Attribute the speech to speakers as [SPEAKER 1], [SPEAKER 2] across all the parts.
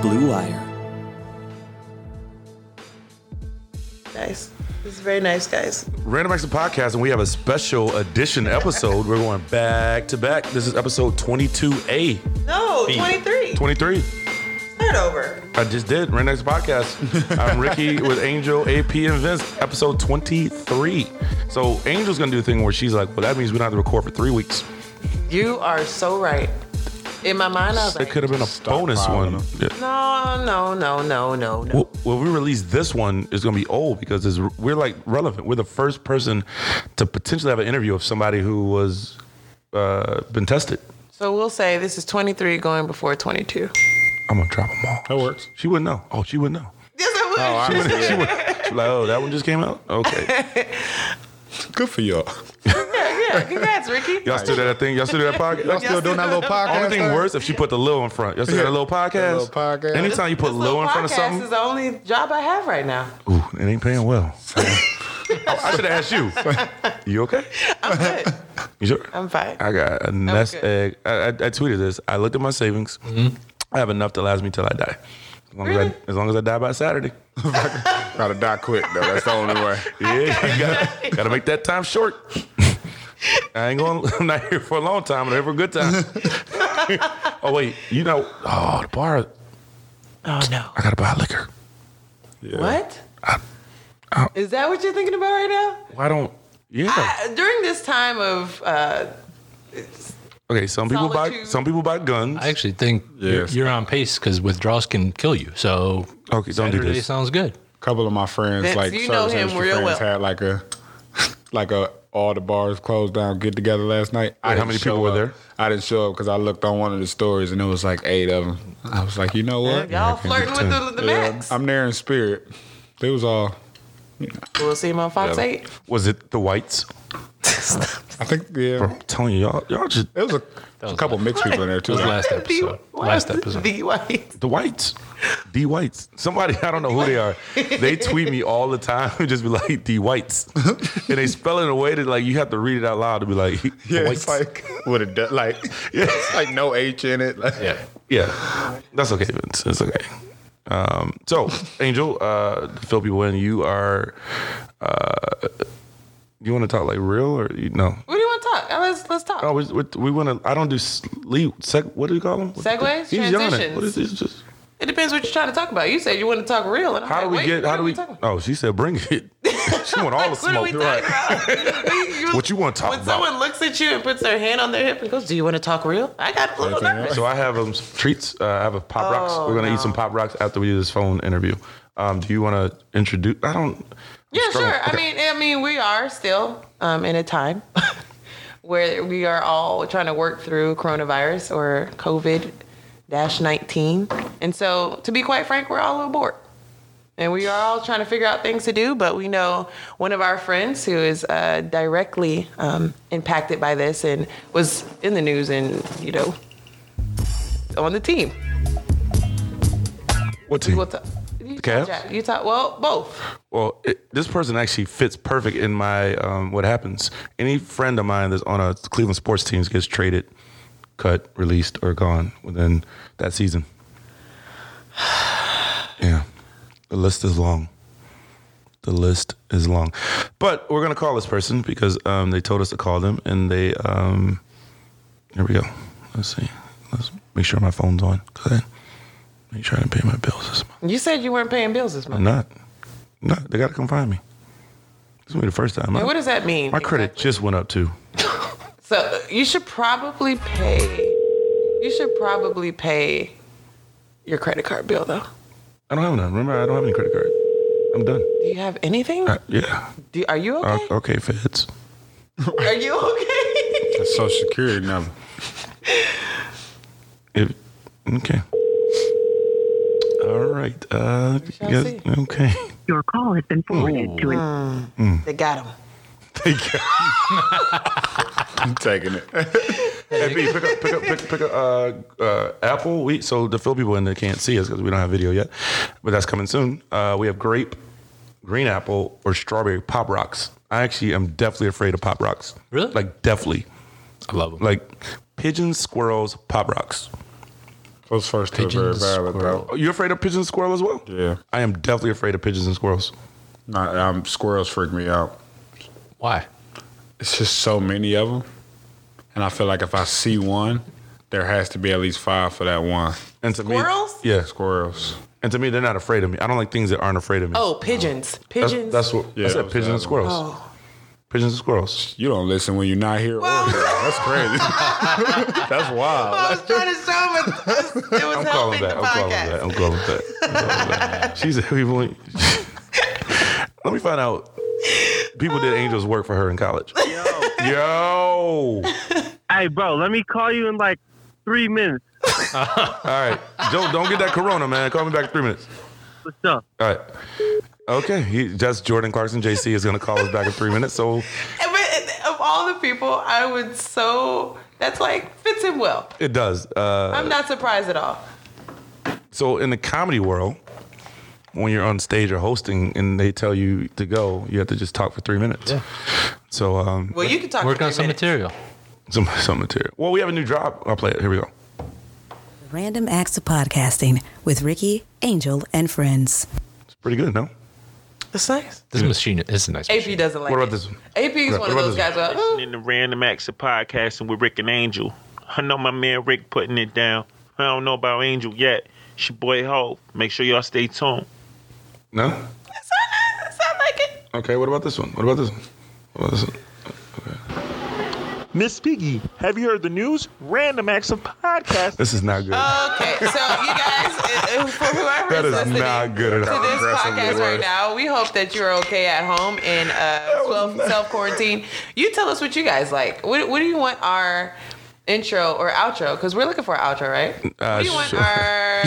[SPEAKER 1] Blue Wire.
[SPEAKER 2] Nice. This is very nice, guys.
[SPEAKER 3] Random Acts of Podcast, and we have a special edition episode. We're going back to back. This is episode 22A,
[SPEAKER 2] No, 23.
[SPEAKER 3] 23.
[SPEAKER 2] Start over.
[SPEAKER 3] I just did Random Acts of Podcast. I'm Ricky with Angel, AP, and Vince, episode 23. So Angel's going to do a thing where she's like, well, that means we don't have to record for three weeks.
[SPEAKER 2] You are so right. In my mind, I was
[SPEAKER 3] It
[SPEAKER 2] like,
[SPEAKER 3] could have been a bonus
[SPEAKER 4] piling
[SPEAKER 3] one.
[SPEAKER 4] them.
[SPEAKER 3] Yeah.
[SPEAKER 2] no, no, no, no, no, no.
[SPEAKER 3] Well, when we release this one, it's gonna be old because it's, we're like relevant. We're the first person to potentially have an interview of somebody who was uh, been tested.
[SPEAKER 2] So we'll say this is 23 going before 22.
[SPEAKER 3] I'm gonna drop them all.
[SPEAKER 4] That works.
[SPEAKER 3] She wouldn't know. Oh, she wouldn't know.
[SPEAKER 2] Yes, I would.
[SPEAKER 3] She wouldn't. She would. She'd be like, oh, that one just came out. Okay,
[SPEAKER 4] Good for y'all.
[SPEAKER 2] yeah, congrats, Ricky.
[SPEAKER 3] y'all still do that thing. Y'all still do that
[SPEAKER 4] Y'all
[SPEAKER 3] podcast.
[SPEAKER 4] still doing that little podcast?
[SPEAKER 3] Only thing
[SPEAKER 4] thing?
[SPEAKER 3] worse if she put the little in front. Y'all still got a little podcast.
[SPEAKER 4] little podcast.
[SPEAKER 3] Anytime you put
[SPEAKER 2] This
[SPEAKER 3] low
[SPEAKER 2] little
[SPEAKER 3] in front of
[SPEAKER 2] podcast
[SPEAKER 3] something,
[SPEAKER 2] is the only job I have right now.
[SPEAKER 3] ooh, it ain't paying well. I, should have asked you. You okay?
[SPEAKER 2] I'm good.
[SPEAKER 3] You sure?
[SPEAKER 2] I'm fine.
[SPEAKER 3] I got a nest
[SPEAKER 2] good.
[SPEAKER 3] egg. I, I, I tweeted this. I looked at my savings.
[SPEAKER 4] Mm-hmm.
[SPEAKER 3] I have enough to last me till I die. As long, as,
[SPEAKER 2] Really?
[SPEAKER 3] I, as long as I die by Saturday.
[SPEAKER 4] Gotta die quick though. That's the only way.
[SPEAKER 3] Yeah, you gotta, gotta make that time short. I ain't going. to I'm not here for a long time. I'm here for a good time. oh wait, you know. Oh, the bar.
[SPEAKER 2] Oh, no.
[SPEAKER 3] I gotta buy liquor.
[SPEAKER 4] Yeah.
[SPEAKER 2] What?
[SPEAKER 3] I-
[SPEAKER 2] Is that what you're thinking about right now?
[SPEAKER 3] Why don't? Yeah.
[SPEAKER 2] I, during this time of, uh,
[SPEAKER 3] okay. Some people buy.
[SPEAKER 2] Solitude.
[SPEAKER 3] Some people buy guns.
[SPEAKER 5] I actually think you're,
[SPEAKER 4] Yes.
[SPEAKER 5] you're on pace because withdrawals can kill you. So
[SPEAKER 3] okay. Don't do
[SPEAKER 5] Saturday
[SPEAKER 3] this.
[SPEAKER 5] sounds good.
[SPEAKER 4] couple of my friends,
[SPEAKER 2] Vince,
[SPEAKER 4] like
[SPEAKER 2] you know
[SPEAKER 4] service
[SPEAKER 2] him
[SPEAKER 4] industry
[SPEAKER 2] real
[SPEAKER 4] friends,
[SPEAKER 2] well.
[SPEAKER 4] had like a like a all the bars closed down get together last night.
[SPEAKER 3] Wait, how
[SPEAKER 4] I didn't
[SPEAKER 3] many people
[SPEAKER 4] show
[SPEAKER 3] were
[SPEAKER 4] up.
[SPEAKER 3] there?
[SPEAKER 4] I didn't show up because I looked on one of the stories and it was like eight of them. I was like, you know what?
[SPEAKER 2] y'all flirting with the, the
[SPEAKER 4] Yeah,
[SPEAKER 2] max.
[SPEAKER 4] I'm there in spirit. It was all.
[SPEAKER 2] we'll see him on Fox
[SPEAKER 4] Yeah.
[SPEAKER 2] 8.
[SPEAKER 3] Was it the whites?
[SPEAKER 4] I think yeah.
[SPEAKER 3] I'm telling you, y'all, y'all just
[SPEAKER 4] It was a,
[SPEAKER 5] was
[SPEAKER 4] a couple mixed people in there too.
[SPEAKER 5] It was last
[SPEAKER 2] The
[SPEAKER 5] episode.
[SPEAKER 2] white-
[SPEAKER 5] Last episode.
[SPEAKER 2] The white.
[SPEAKER 3] The whites. The whites. Somebody, I don't know who they are. They tweet me all the time and just be like, the whites. And they spell it in a way that like you have to read it out loud to be like, the
[SPEAKER 4] Yeah,
[SPEAKER 3] whites.
[SPEAKER 4] it's like with a du- like, yeah, it's like no H in it. Like,
[SPEAKER 5] Yeah.
[SPEAKER 3] yeah. That's okay, Vince. It's okay. Um, so, Angel, uh, to fill people in, you are, uh, you want to talk like real or you, no?
[SPEAKER 2] What do you want to talk? Uh, Let's, let's talk.
[SPEAKER 3] No, we, we, we want to, I don't do sleep. Seg, what do you call them?
[SPEAKER 2] Segues?
[SPEAKER 3] He's yawning.
[SPEAKER 2] Transitions.
[SPEAKER 3] What is this? Just,
[SPEAKER 2] It depends what you're trying to talk about. You said you want to talk real. And I'm
[SPEAKER 3] how
[SPEAKER 2] like,
[SPEAKER 3] do we
[SPEAKER 2] wait,
[SPEAKER 3] get,
[SPEAKER 2] what
[SPEAKER 3] how
[SPEAKER 2] are
[SPEAKER 3] do we,
[SPEAKER 2] talking about?
[SPEAKER 3] oh, she said bring it. she want all the
[SPEAKER 2] What are we
[SPEAKER 3] smoke.
[SPEAKER 2] talking about? We-
[SPEAKER 3] What you wanna talk
[SPEAKER 2] when
[SPEAKER 3] about?
[SPEAKER 2] When someone looks at you and puts their hand on their hip and goes, "Do you want to talk real?" I got a little
[SPEAKER 4] Anything
[SPEAKER 2] nervous.
[SPEAKER 3] So I have um, some treats. Uh, I have a pop rocks.
[SPEAKER 2] Oh,
[SPEAKER 3] We're gonna
[SPEAKER 2] no.
[SPEAKER 3] eat some pop rocks after we do this phone interview. Um, do you want to introduce? I don't.
[SPEAKER 2] Yeah,
[SPEAKER 3] struggle.
[SPEAKER 2] sure. I
[SPEAKER 3] Okay.
[SPEAKER 2] mean, I mean, we are still um, in a time where we are all trying to work through coronavirus or COVID dash nineteen, and so to be quite frank, we're all a little bored. And we are all trying to figure out things to do, but we know one of our friends who is uh, directly um, impacted by this and was in the news and, you know, on the team.
[SPEAKER 3] what team?
[SPEAKER 2] What's up? Utah
[SPEAKER 3] Cavs?
[SPEAKER 2] Jazz- Utah, well, both.
[SPEAKER 3] Well, it, this person actually fits perfect in my um, what happens. Any friend of mine that's on a Cleveland sports team gets traded, cut, released, or gone within that season. Yeah, the list is long. The list is long, but we're gonna call this person because um, they told us to call them, and they. Um, here we go. Let's see. Let's make sure my phone's on. Go ahead. Make sure I didn't pay my bills this month.
[SPEAKER 2] You said you weren't paying bills this month.
[SPEAKER 3] I'm not. I'm not. They gotta come find me. This will be the first time.
[SPEAKER 2] And what does that mean?
[SPEAKER 3] My credit
[SPEAKER 2] exactly?
[SPEAKER 3] just went up too.
[SPEAKER 2] So you should probably pay. You should probably pay your credit card bill though.
[SPEAKER 3] I don't have none. Remember, I don't have any credit card. I'm done.
[SPEAKER 2] Do you have anything?
[SPEAKER 3] Uh, yeah.
[SPEAKER 2] Do, are you
[SPEAKER 3] Uh,
[SPEAKER 2] okay?
[SPEAKER 3] okay, feds. uh,
[SPEAKER 2] Are you okay?
[SPEAKER 4] That's social security number.
[SPEAKER 3] If, okay. All right. Uh,
[SPEAKER 2] shall
[SPEAKER 3] yes,
[SPEAKER 2] see.
[SPEAKER 3] okay.
[SPEAKER 6] Your call has been forwarded to an
[SPEAKER 2] they got him.
[SPEAKER 4] I'm taking it.
[SPEAKER 3] Hey, B, pick up, pick up, pick, pick up. Uh, uh, Apple. We so to fill people in that can't see us because we don't have video yet, but that's coming soon. Uh, we have grape, green apple, or strawberry pop rocks. I actually am definitely afraid of pop rocks.
[SPEAKER 5] Really?
[SPEAKER 3] Like definitely.
[SPEAKER 5] I love them.
[SPEAKER 3] like pigeons, squirrels, pop rocks.
[SPEAKER 4] Those first two are
[SPEAKER 5] Pigeon
[SPEAKER 4] very
[SPEAKER 5] to
[SPEAKER 4] valid,
[SPEAKER 5] squirrel.
[SPEAKER 4] bro.
[SPEAKER 3] Oh, you're afraid of pigeons and squirrel as well?
[SPEAKER 4] Yeah.
[SPEAKER 3] I am definitely afraid of pigeons and squirrels.
[SPEAKER 4] Not, um, squirrels freak me out.
[SPEAKER 5] Why?
[SPEAKER 4] It's just so many of them. And I feel like if I see one, there has to be at least five for that one.
[SPEAKER 3] And to
[SPEAKER 2] Squirrels?
[SPEAKER 3] me, yeah.
[SPEAKER 4] Squirrels.
[SPEAKER 3] And to me, they're not afraid of me. I don't like things that aren't afraid of me.
[SPEAKER 2] Oh, pigeons.
[SPEAKER 3] that's,
[SPEAKER 2] Pigeons. Oh.
[SPEAKER 3] That's what
[SPEAKER 4] Yeah,
[SPEAKER 3] I
[SPEAKER 4] that
[SPEAKER 3] said.
[SPEAKER 4] was
[SPEAKER 3] Pigeons
[SPEAKER 4] the
[SPEAKER 3] and
[SPEAKER 4] other one.
[SPEAKER 3] squirrels. Pigeons and squirrels.
[SPEAKER 4] You don't listen when you're not here. or
[SPEAKER 2] Well-
[SPEAKER 4] there. That's crazy. That's
[SPEAKER 2] I
[SPEAKER 4] wild.
[SPEAKER 2] was trying to show him it was, it was
[SPEAKER 3] Oh, I'm calling
[SPEAKER 2] helping the
[SPEAKER 3] that. I'm calling
[SPEAKER 2] podcast.
[SPEAKER 3] that. I'm calling that. I'm calling that. She's a heavy one. Let me find out. People did angels work for her in college. Yo. All
[SPEAKER 1] Hey, bro, let me call you in like three minutes.
[SPEAKER 3] right. Joe, don't get that corona, man. Call me back in three minutes.
[SPEAKER 1] What's up?
[SPEAKER 3] All right. Okay. He, that's Jordan Clarkson. JC is going to call us back in three minutes. So
[SPEAKER 2] And but of all the people, I would so that's like fits him well.
[SPEAKER 3] it does. Uh,
[SPEAKER 2] I'm not surprised at all.
[SPEAKER 3] so in the comedy world, when you're on stage or hosting and they tell you to go, you have to just talk for three minutes.
[SPEAKER 5] Yeah.
[SPEAKER 3] So um,
[SPEAKER 2] Well, you can talk.
[SPEAKER 5] Work
[SPEAKER 2] for
[SPEAKER 5] on
[SPEAKER 2] three
[SPEAKER 5] some
[SPEAKER 2] minutes.
[SPEAKER 5] material.
[SPEAKER 3] some some material. Well, we have a new drop. I'll play it. Here we go.
[SPEAKER 7] Random Acts of Podcasting with Ricky, Angel, and friends.
[SPEAKER 3] It's pretty good, no?
[SPEAKER 2] That's nice.
[SPEAKER 5] This machine is a nice machine.
[SPEAKER 2] AP doesn't like.
[SPEAKER 3] What about
[SPEAKER 2] it.
[SPEAKER 3] this one?
[SPEAKER 2] AP is
[SPEAKER 3] What
[SPEAKER 2] one of
[SPEAKER 3] about
[SPEAKER 2] those
[SPEAKER 3] this
[SPEAKER 2] guys. Who, "Ooh,
[SPEAKER 8] in the Random Acts of Podcasting with Rick and Angel. I know my man Rick putting it down. I don't know about Angel yet. It's your boy Hope. Make sure y'all stay tuned.
[SPEAKER 3] No?
[SPEAKER 2] that sound nice. That sound like it.
[SPEAKER 3] Okay, what about this one? What about this one? What about this one?
[SPEAKER 8] Miss Piggy, have you heard the news? Random Acts of Podcasting.
[SPEAKER 3] This is not
[SPEAKER 2] Oh,
[SPEAKER 3] good.
[SPEAKER 2] Okay, so you guys, uh, uh, for whoever is
[SPEAKER 3] That is
[SPEAKER 2] listening
[SPEAKER 3] not good at
[SPEAKER 2] to
[SPEAKER 3] all.
[SPEAKER 2] this
[SPEAKER 4] Progressively
[SPEAKER 2] podcast right
[SPEAKER 4] worse.
[SPEAKER 2] now, we hope that you're okay at home and uh, self quarantine. You tell us what you guys like. What, what do you want our intro or outro? Because we're looking for an outro, right?
[SPEAKER 3] Uh,
[SPEAKER 2] we want
[SPEAKER 3] sure.
[SPEAKER 2] our.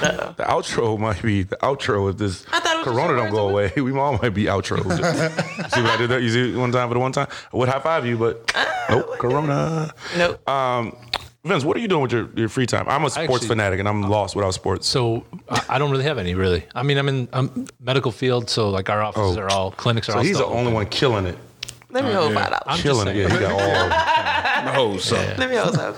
[SPEAKER 2] Uh-oh.
[SPEAKER 3] the outro might be the outro if this
[SPEAKER 2] I thought it was
[SPEAKER 3] corona
[SPEAKER 2] just
[SPEAKER 3] don't go away. We all might be outros. see what I did there? You see one time for the one time? I would high five you, but nope, corona.
[SPEAKER 2] Nope.
[SPEAKER 3] Um, Vince, what are you doing with your, your free time? I'm a sports
[SPEAKER 5] actually-
[SPEAKER 3] fanatic and I'm lost without sports.
[SPEAKER 5] So I, I don't really have any really. I mean, I'm in um, medical field, so like our offices
[SPEAKER 3] Oh.
[SPEAKER 5] are all clinics are
[SPEAKER 3] so
[SPEAKER 5] all.
[SPEAKER 3] he's the
[SPEAKER 5] still
[SPEAKER 3] only
[SPEAKER 5] open.
[SPEAKER 3] one killing it.
[SPEAKER 2] Let me hold mine out.
[SPEAKER 5] I'm just
[SPEAKER 3] killing it.
[SPEAKER 5] saying.
[SPEAKER 3] Yeah, he got all. of it.
[SPEAKER 4] No, so
[SPEAKER 2] Let me hold up.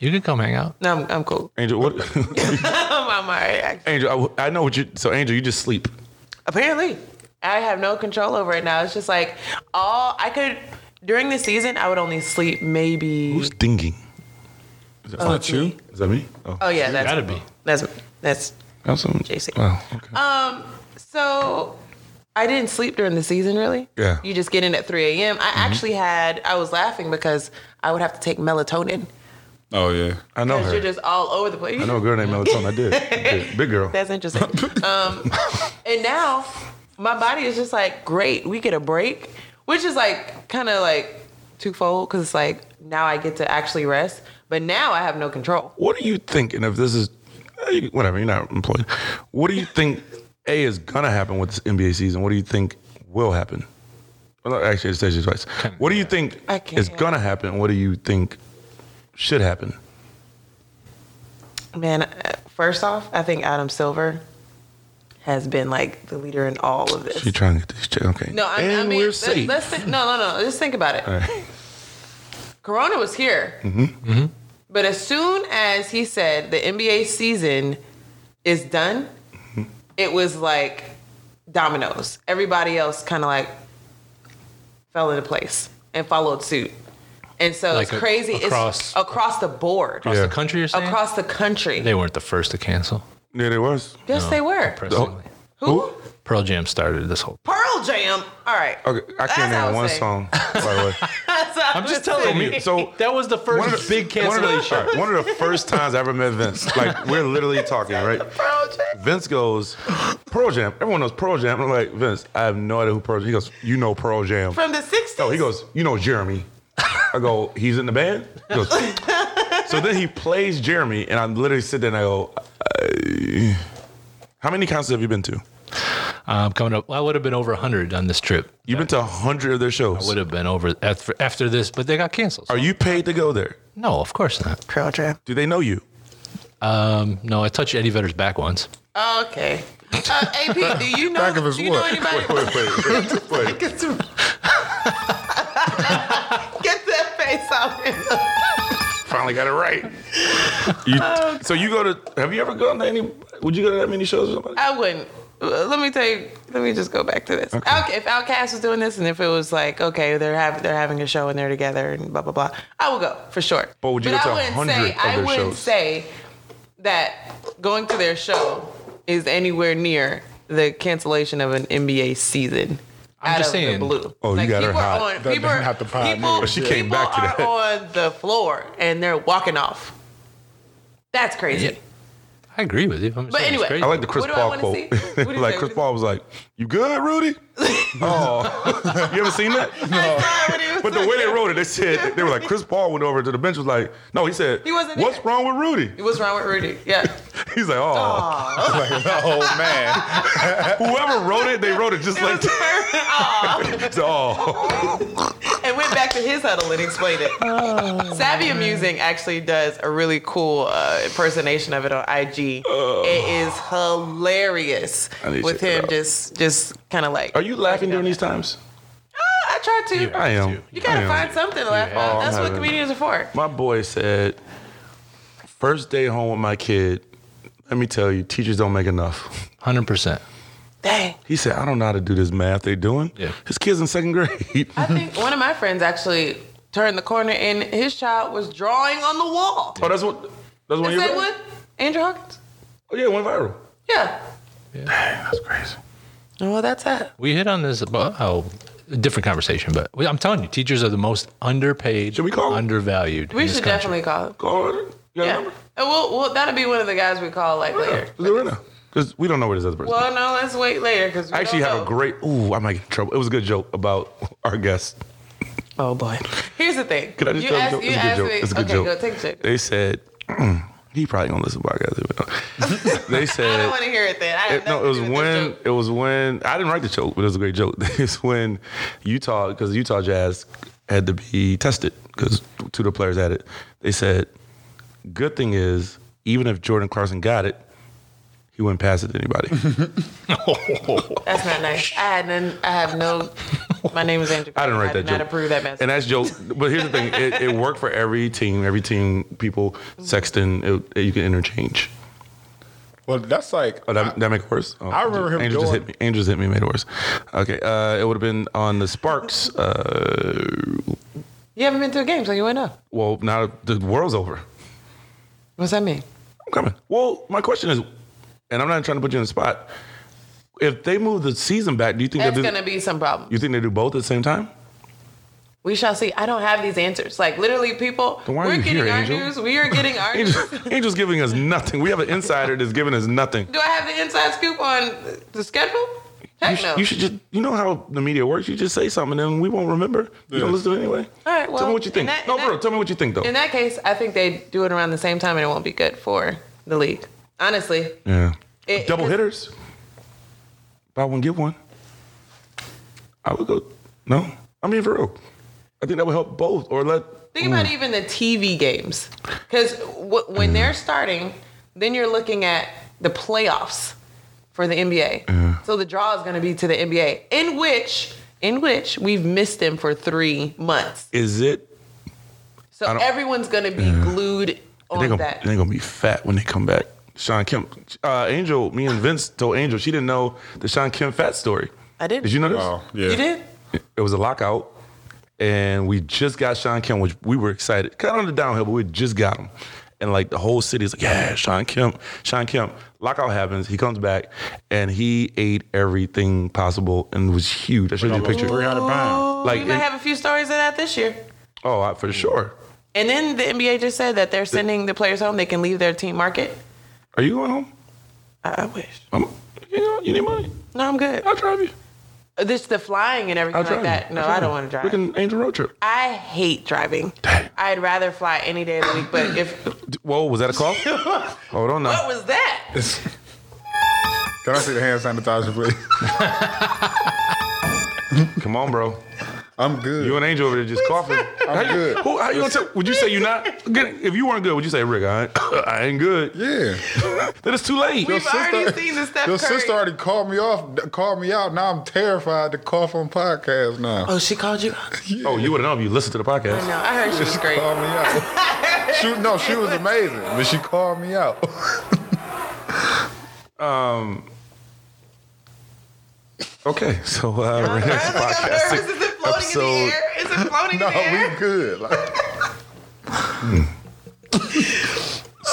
[SPEAKER 5] You can come hang out.
[SPEAKER 2] No, I'm, I'm cool.
[SPEAKER 3] Angel, what?
[SPEAKER 2] I'm, I'm all right. actually.
[SPEAKER 3] Angel, I w- I, know what you. So Angel, you just sleep.
[SPEAKER 2] Apparently, I have no control over it now. It's just like all I could during the season. I would only sleep maybe.
[SPEAKER 3] Who's dinging?
[SPEAKER 4] it's not you.
[SPEAKER 3] Is that me? Oh,
[SPEAKER 2] Oh yeah, that's
[SPEAKER 5] Gotta be.
[SPEAKER 2] That's that's
[SPEAKER 3] that's some-
[SPEAKER 2] JC.
[SPEAKER 3] Wow. Okay.
[SPEAKER 2] Oh, so. I didn't sleep during the season, really.
[SPEAKER 3] Yeah. Mm-hmm.
[SPEAKER 2] You just get in at 3 a.m. I actually had. I was laughing because I would have to take melatonin
[SPEAKER 4] Oh yeah.
[SPEAKER 3] I know
[SPEAKER 2] because
[SPEAKER 3] her.
[SPEAKER 2] you're just all over the place.
[SPEAKER 3] I know a girl named Melatonin. I did. I did. Big girl.
[SPEAKER 2] That's interesting. um, and now my body is just like, great, we get a break, which is like kind of like twofold because it's like now I get to actually rest, but now I have no control.
[SPEAKER 3] What are you thinking if this is eh, you- whatever? You're not employed. What do you think a is gonna happen with this NBA season? What do you think will happen? Well, no, actually, I said you twice. What do you think
[SPEAKER 2] I can't.
[SPEAKER 3] is gonna happen? What do you think should happen?
[SPEAKER 2] Man, uh, first off, I think Adam Silver has been like the leader in all of this.
[SPEAKER 3] You're trying to get this check. Okay.
[SPEAKER 2] No, I,
[SPEAKER 3] and
[SPEAKER 2] I mean,
[SPEAKER 3] we're
[SPEAKER 2] let-
[SPEAKER 3] safe.
[SPEAKER 2] let's think, no, no, no. Just think about it.
[SPEAKER 3] All right.
[SPEAKER 2] Corona was here.
[SPEAKER 3] Mm-hmm.
[SPEAKER 2] But as soon as he said the NBA season is done,
[SPEAKER 3] Mm-hmm.
[SPEAKER 2] it was like dominoes. Everybody else kind of like fell into place and followed suit. And so
[SPEAKER 5] Like
[SPEAKER 2] it's
[SPEAKER 5] a-
[SPEAKER 2] crazy.
[SPEAKER 5] across-
[SPEAKER 2] it's across the board.
[SPEAKER 5] Across
[SPEAKER 3] Yeah.
[SPEAKER 5] the country, you're saying?
[SPEAKER 2] Across the country.
[SPEAKER 5] They weren't the first to cancel.
[SPEAKER 3] Yeah, there was.
[SPEAKER 2] yes, they were.
[SPEAKER 3] Oh,
[SPEAKER 5] Personally,
[SPEAKER 2] Who?
[SPEAKER 5] Pearl Jam started this whole.
[SPEAKER 2] Pearl Jam. All right.
[SPEAKER 3] Oh, Okay, I
[SPEAKER 2] That's
[SPEAKER 3] can't
[SPEAKER 2] how I
[SPEAKER 3] name one
[SPEAKER 2] say.
[SPEAKER 3] song. By the way.
[SPEAKER 2] That's what I
[SPEAKER 5] I'm just
[SPEAKER 2] was
[SPEAKER 5] telling
[SPEAKER 2] saying.
[SPEAKER 5] you.
[SPEAKER 3] So-
[SPEAKER 5] that was the first big cancellation.
[SPEAKER 3] One of, the, all right, one of the first times I ever met Vince. Like we're literally talking, right?
[SPEAKER 2] Pearl Jam.
[SPEAKER 3] Vince goes, Pearl Jam. Everyone knows Pearl Jam. I'm like, Vince, I have no idea who Pearl Jam. He goes, you know Pearl Jam.
[SPEAKER 2] From the 60s.
[SPEAKER 3] No, he goes, you know Jeremy. I go, he's in the band. He goes. so then he plays Jeremy, and I literally sit there and I go, "Uh, how many concerts have you been to?
[SPEAKER 5] um, coming up, I would have been over 100 on this trip.
[SPEAKER 3] You've been to a hundred of their
[SPEAKER 5] I
[SPEAKER 3] shows.
[SPEAKER 5] would have been over after, after this, but they got canceled.
[SPEAKER 3] Are you paid to go there?
[SPEAKER 5] no, of course not.
[SPEAKER 2] Pearl Jam.
[SPEAKER 3] Do they know you?
[SPEAKER 5] Um, no, I touched Eddie Vedder's back once.
[SPEAKER 2] Oh, Okay. Uh, AP, do you know,
[SPEAKER 4] Back of his
[SPEAKER 2] do you know
[SPEAKER 4] what?
[SPEAKER 2] anybody?
[SPEAKER 3] Wait, wait, wait.
[SPEAKER 2] Get that face off him.
[SPEAKER 3] finally got it right. You- so you go to? Have you ever gone to any? Would you go to that many shows? With somebody?
[SPEAKER 2] I wouldn't. Uh, Let me tell you. Let me just go back to this. Outca- if Outcast was doing this, and if it was like, okay, they're having they're having a show and they're together and blah blah blah, I would go for sure.
[SPEAKER 3] But would you go to
[SPEAKER 2] I wouldn't
[SPEAKER 3] 100
[SPEAKER 2] say
[SPEAKER 3] of
[SPEAKER 2] I
[SPEAKER 3] their
[SPEAKER 2] wouldn't
[SPEAKER 3] shows?
[SPEAKER 2] say that going to their show is anywhere near the cancellation of an NBA season.
[SPEAKER 5] I'm
[SPEAKER 2] out
[SPEAKER 5] just
[SPEAKER 2] of the
[SPEAKER 5] saying.
[SPEAKER 2] blue.
[SPEAKER 3] Oh, you got her
[SPEAKER 2] people are
[SPEAKER 3] hot.
[SPEAKER 2] on-
[SPEAKER 4] That-
[SPEAKER 2] people
[SPEAKER 4] that's
[SPEAKER 2] are-
[SPEAKER 4] not the pioneer.
[SPEAKER 2] people-
[SPEAKER 4] But
[SPEAKER 3] she came
[SPEAKER 2] people
[SPEAKER 3] back to
[SPEAKER 2] are
[SPEAKER 3] that.
[SPEAKER 2] on the floor and they're walking off. That's crazy.
[SPEAKER 5] Yeah. I agree with you. I'm
[SPEAKER 2] But
[SPEAKER 5] saying it's
[SPEAKER 2] anyway.
[SPEAKER 5] crazy.
[SPEAKER 3] I like the Chris
[SPEAKER 2] What do I
[SPEAKER 3] Paul
[SPEAKER 2] wanna
[SPEAKER 3] quote.
[SPEAKER 2] see? What do you
[SPEAKER 3] like
[SPEAKER 2] say?
[SPEAKER 3] Chris Paul was like, "You good, Rudy?" oh, you ever seen that?
[SPEAKER 2] I saw what he was
[SPEAKER 3] Oh. But the
[SPEAKER 2] doing.
[SPEAKER 3] way they wrote it, they said they were like Chris Paul went over to the bench was like, "No," he said,
[SPEAKER 2] He wasn't
[SPEAKER 3] "What's
[SPEAKER 2] there."
[SPEAKER 3] wrong with Rudy?"
[SPEAKER 2] What's wrong with Rudy? Yeah.
[SPEAKER 3] He's like, "Oh,
[SPEAKER 4] oh man,
[SPEAKER 3] whoever wrote it, they wrote it just
[SPEAKER 2] It
[SPEAKER 3] like
[SPEAKER 2] was
[SPEAKER 3] that."
[SPEAKER 2] perfect. Aw.
[SPEAKER 3] Oh,
[SPEAKER 2] and went back to his huddle and explained it.
[SPEAKER 3] Oh.
[SPEAKER 2] Savvy Amusing actually does a really cool uh, impersonation of it on IG. It is hilarious
[SPEAKER 3] Oh. I need to
[SPEAKER 2] with
[SPEAKER 3] check it
[SPEAKER 2] him
[SPEAKER 3] out.
[SPEAKER 2] just just kind of like.
[SPEAKER 3] are you laughing during these times?
[SPEAKER 2] "Oh, I try to.
[SPEAKER 3] I am.
[SPEAKER 2] you gotta
[SPEAKER 3] I am.
[SPEAKER 2] find something to laugh
[SPEAKER 3] Oh,
[SPEAKER 2] about.
[SPEAKER 3] I'm
[SPEAKER 2] That's what
[SPEAKER 3] having-
[SPEAKER 2] comedians are for.
[SPEAKER 3] My boy said, first day home with my kid, let me tell you, teachers don't make enough.
[SPEAKER 5] Hundred percent.
[SPEAKER 2] Dang.
[SPEAKER 3] He said, I don't know how to do this math they doing.
[SPEAKER 5] Yeah.
[SPEAKER 3] His kid's in second grade.
[SPEAKER 2] I think one of my friends actually turned the corner and his child was drawing on the wall.
[SPEAKER 3] oh, that's what that's one
[SPEAKER 2] Is
[SPEAKER 3] you
[SPEAKER 2] that one? Andrew Hawkins?
[SPEAKER 3] Oh yeah, it went viral.
[SPEAKER 2] Yeah.
[SPEAKER 3] That's crazy.
[SPEAKER 2] Well, that's it.
[SPEAKER 5] We hit on this about oh, a different conversation, but we- I'm telling you, teachers are the most underpaid,
[SPEAKER 3] Should we call 'em?
[SPEAKER 5] undervalued.
[SPEAKER 2] We
[SPEAKER 5] in this
[SPEAKER 2] should
[SPEAKER 5] country.
[SPEAKER 2] definitely call him.
[SPEAKER 3] Call it. You got a
[SPEAKER 2] Yeah.
[SPEAKER 3] number?
[SPEAKER 2] And we'll, we'll, that'll be one of the guys we call like later.
[SPEAKER 3] Let's do it right now. Because we don't know where this other person is.
[SPEAKER 2] Well, no, let's wait later because
[SPEAKER 3] I actually have a great ooh, I might get in trouble. It was a good joke about our guest.
[SPEAKER 2] Oh boy. Here's the thing.
[SPEAKER 3] Could I just
[SPEAKER 2] you
[SPEAKER 3] tell
[SPEAKER 2] asked,
[SPEAKER 3] a joke?
[SPEAKER 2] You
[SPEAKER 3] It's a
[SPEAKER 2] asked
[SPEAKER 3] good joke.
[SPEAKER 2] me.
[SPEAKER 3] It's a good
[SPEAKER 2] okay,
[SPEAKER 3] joke.
[SPEAKER 2] go take a joke.
[SPEAKER 3] They said "Hmm, he probably gonna listen to podcasts. you know. they
[SPEAKER 2] I
[SPEAKER 3] said
[SPEAKER 2] don't want to hear it then. I have
[SPEAKER 3] It- no, it was when it was when I didn't write the joke, but it was a great joke. It's when Utah because Utah Jazz had to be tested because two of the players had it. They said, "Good thing is, even if Jordan Clarkson got it, he wouldn't pass it to anybody."
[SPEAKER 2] That's not nice. I had none, I have no. My name is Andrew.
[SPEAKER 3] I didn't write
[SPEAKER 2] I
[SPEAKER 3] that
[SPEAKER 2] did not
[SPEAKER 3] joke.
[SPEAKER 2] approve that message.
[SPEAKER 3] And that's joke. But here's the thing: it, it worked for every team. Every team, people, Sexton, it, you can interchange.
[SPEAKER 4] well that's like
[SPEAKER 3] Oh, that, that make it worse. Oh,
[SPEAKER 4] I remember him
[SPEAKER 3] Angel just
[SPEAKER 4] going-
[SPEAKER 3] hit me. Angel just hit me. Made it worse. Okay, uh, it would have been on the Sparks. Uh,
[SPEAKER 2] you haven't been to a game, so you wouldn't know.
[SPEAKER 3] Well, now the world's over.
[SPEAKER 2] What's that mean?
[SPEAKER 3] I'm coming. Well, my question is, and I'm not trying to put you in the spot. If they move the season back, do you think
[SPEAKER 2] That's
[SPEAKER 3] they do?
[SPEAKER 2] gonna be some problem.
[SPEAKER 3] you think they do both at the same time?
[SPEAKER 2] We shall see. I don't have these answers. Like literally, people.
[SPEAKER 3] Then why are
[SPEAKER 2] we're
[SPEAKER 3] you
[SPEAKER 2] getting
[SPEAKER 3] here,
[SPEAKER 2] our
[SPEAKER 3] Angel?
[SPEAKER 2] news. We are getting our news.
[SPEAKER 3] Angel, Angel's giving us nothing. We have an insider that's giving us nothing.
[SPEAKER 2] Do I have the inside scoop on the schedule?
[SPEAKER 3] You,
[SPEAKER 2] Heck
[SPEAKER 3] sh-
[SPEAKER 2] no.
[SPEAKER 3] you should just, you know how the media works. You just say something and we won't remember. You don't
[SPEAKER 4] Yeah.
[SPEAKER 3] listen to it anyway.
[SPEAKER 2] All right,
[SPEAKER 3] tell
[SPEAKER 2] well,
[SPEAKER 3] me what you
[SPEAKER 2] in
[SPEAKER 3] think.
[SPEAKER 2] that-
[SPEAKER 3] no,
[SPEAKER 2] in
[SPEAKER 3] bro,
[SPEAKER 2] that-
[SPEAKER 3] tell me what you think though.
[SPEAKER 2] In that case, I think they do it around the same time and it won't be good for the league. Honestly.
[SPEAKER 3] yeah.
[SPEAKER 2] It-
[SPEAKER 3] Double
[SPEAKER 2] it-
[SPEAKER 3] hitters. Buy one, get one. I would go, no. I mean, for real. I think that would help both or let
[SPEAKER 2] Think about even the TV games. Because w- when
[SPEAKER 3] Mm.
[SPEAKER 2] they're starting, then you're looking at the playoffs for the NBA. So the draw is going to be to the NBA, in which. In which we've missed them for three months,
[SPEAKER 3] is it
[SPEAKER 2] so
[SPEAKER 3] I don't-
[SPEAKER 2] everyone's gonna be glued
[SPEAKER 3] they're
[SPEAKER 2] on
[SPEAKER 3] gonna,
[SPEAKER 2] that.
[SPEAKER 3] they gonna be fat when they come back sean kim uh, angel me and vince told angel she didn't know the sean kim fat story
[SPEAKER 2] I didn't.
[SPEAKER 3] did you know this
[SPEAKER 4] oh yeah
[SPEAKER 2] You did?
[SPEAKER 3] it was a lockout and we just got sean kim which we were excited kind of on the downhill but we just got him and like the whole city is like yeah sean kim sean kim lockout happens he comes back and he ate everything possible and was huge i showed you the picture
[SPEAKER 4] three hundred pounds
[SPEAKER 3] like
[SPEAKER 2] we might
[SPEAKER 3] in-
[SPEAKER 2] have a few stories of that this year.
[SPEAKER 3] oh I- for sure
[SPEAKER 2] And then the NBA just said that they're sending the players home. They can leave their team market.
[SPEAKER 3] are you going home
[SPEAKER 2] I I wish.
[SPEAKER 3] I'm, you, know, you need money
[SPEAKER 2] No, I'm good. Uh,
[SPEAKER 3] i'll drive you
[SPEAKER 2] This the flying and everything
[SPEAKER 3] I'll
[SPEAKER 2] like
[SPEAKER 3] drive
[SPEAKER 2] that.
[SPEAKER 3] you.
[SPEAKER 2] No,
[SPEAKER 3] I'll drive
[SPEAKER 2] I don't
[SPEAKER 3] you.
[SPEAKER 2] want to drive.
[SPEAKER 3] We can angel road trip.
[SPEAKER 2] I hate driving. I'd rather fly any day of the week. But if
[SPEAKER 3] Whoa, was that a call? Oh, Hold on
[SPEAKER 2] what
[SPEAKER 3] now.
[SPEAKER 2] was that?
[SPEAKER 4] can I see the hand sanitizer please
[SPEAKER 3] Come on, bro.
[SPEAKER 4] I'm good
[SPEAKER 3] You and Angel over there just coughing. How you,
[SPEAKER 4] good.
[SPEAKER 3] Who, how you gonna tell? Would you say you're not? Good. If you weren't good, would you say, Rick, I ain't, I ain't good?
[SPEAKER 4] yeah
[SPEAKER 3] Then it's too late.
[SPEAKER 2] We've already seen the Steph
[SPEAKER 4] your
[SPEAKER 2] Curry.
[SPEAKER 4] sister already called me off called me out now I'm terrified to cough on podcast now
[SPEAKER 2] oh, she called you.
[SPEAKER 3] oh, you would have known if you listened to the podcast.
[SPEAKER 2] No, I heard she was great.
[SPEAKER 4] called me out
[SPEAKER 2] I heard
[SPEAKER 4] she no, she was amazing, but she called me out.
[SPEAKER 3] Okay, so uh, Random
[SPEAKER 2] nervous. Is
[SPEAKER 3] podcasting
[SPEAKER 2] it floating in
[SPEAKER 3] episode.
[SPEAKER 2] the air? Is it floating
[SPEAKER 4] no,
[SPEAKER 2] in the air?
[SPEAKER 4] we good. Like,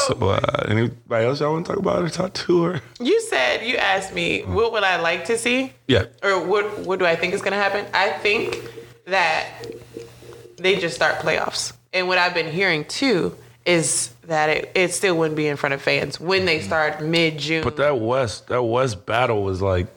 [SPEAKER 3] So uh, anybody else y'all want to talk about or talk to her?
[SPEAKER 2] You said you asked me what would I like to see
[SPEAKER 3] Yeah.
[SPEAKER 2] or what what do I think is going to happen? I think that they just start playoffs. And what I've been hearing too is that it, it still wouldn't be in front of fans when they start mid June.
[SPEAKER 3] Mm-hmm. But that West, that West battle was like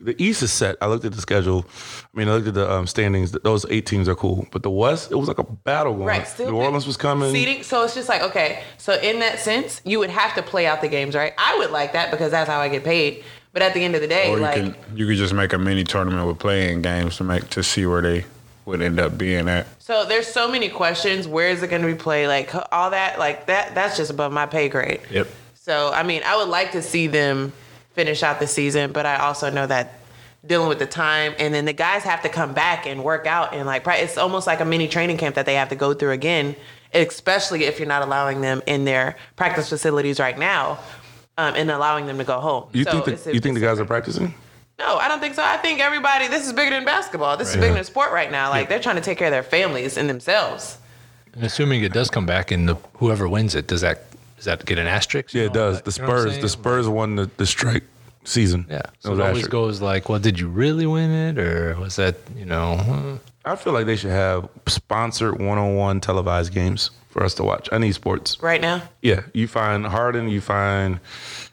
[SPEAKER 3] the East is set. I looked at the schedule. I mean, I looked at the um, standings. Those eight teams are cool, but the West, it was like a battle going.
[SPEAKER 2] Right.
[SPEAKER 3] on.
[SPEAKER 2] Still
[SPEAKER 3] New
[SPEAKER 2] pick-
[SPEAKER 3] Orleans was coming.
[SPEAKER 2] Seating, so it's just like okay. So in that sense, you would have to play out the games, right? I would like that because that's how I get paid. But at the end of the day,
[SPEAKER 4] or you
[SPEAKER 2] like
[SPEAKER 4] can you could just make a mini tournament with playing games to make to see where they would end up being at.
[SPEAKER 2] so, there's so many questions. Where is it going to be played? Like all that, like that. That's just above my pay grade.
[SPEAKER 5] Yep.
[SPEAKER 2] So I mean, I would like to see them finish out the season, but I also know that dealing with the time and then the guys have to come back and work out and like pra- it's almost like a mini training camp that they have to go through again, especially if you're not allowing them in their practice facilities right now. Um, and allowing them to go home.
[SPEAKER 3] You
[SPEAKER 2] So
[SPEAKER 3] think
[SPEAKER 2] it's
[SPEAKER 3] the,
[SPEAKER 2] a-
[SPEAKER 3] you think the
[SPEAKER 2] it's a-
[SPEAKER 3] guys are practicing?
[SPEAKER 2] No, I don't think so. I think everybody. This is bigger than basketball. This is bigger than sport right now. Like they're trying to take care of their families and themselves.
[SPEAKER 5] And assuming it does come back, and the, whoever wins it, does that does that get an asterisk?
[SPEAKER 3] Yeah,
[SPEAKER 5] You
[SPEAKER 3] it
[SPEAKER 5] know,
[SPEAKER 3] does.
[SPEAKER 5] like,
[SPEAKER 3] The
[SPEAKER 5] you know what I'm
[SPEAKER 3] Spurs, the
[SPEAKER 5] saying?
[SPEAKER 3] Spurs won the, the strike season.
[SPEAKER 5] Yeah.
[SPEAKER 3] It
[SPEAKER 5] So
[SPEAKER 3] was
[SPEAKER 5] it always
[SPEAKER 3] asterisk.
[SPEAKER 5] goes like, well, did you really win it, or was that you know? hmm.
[SPEAKER 3] I feel like they should have sponsored one-on-one televised games for us to watch. I need sports.
[SPEAKER 2] Right now,
[SPEAKER 3] Yeah, you find Harden, you find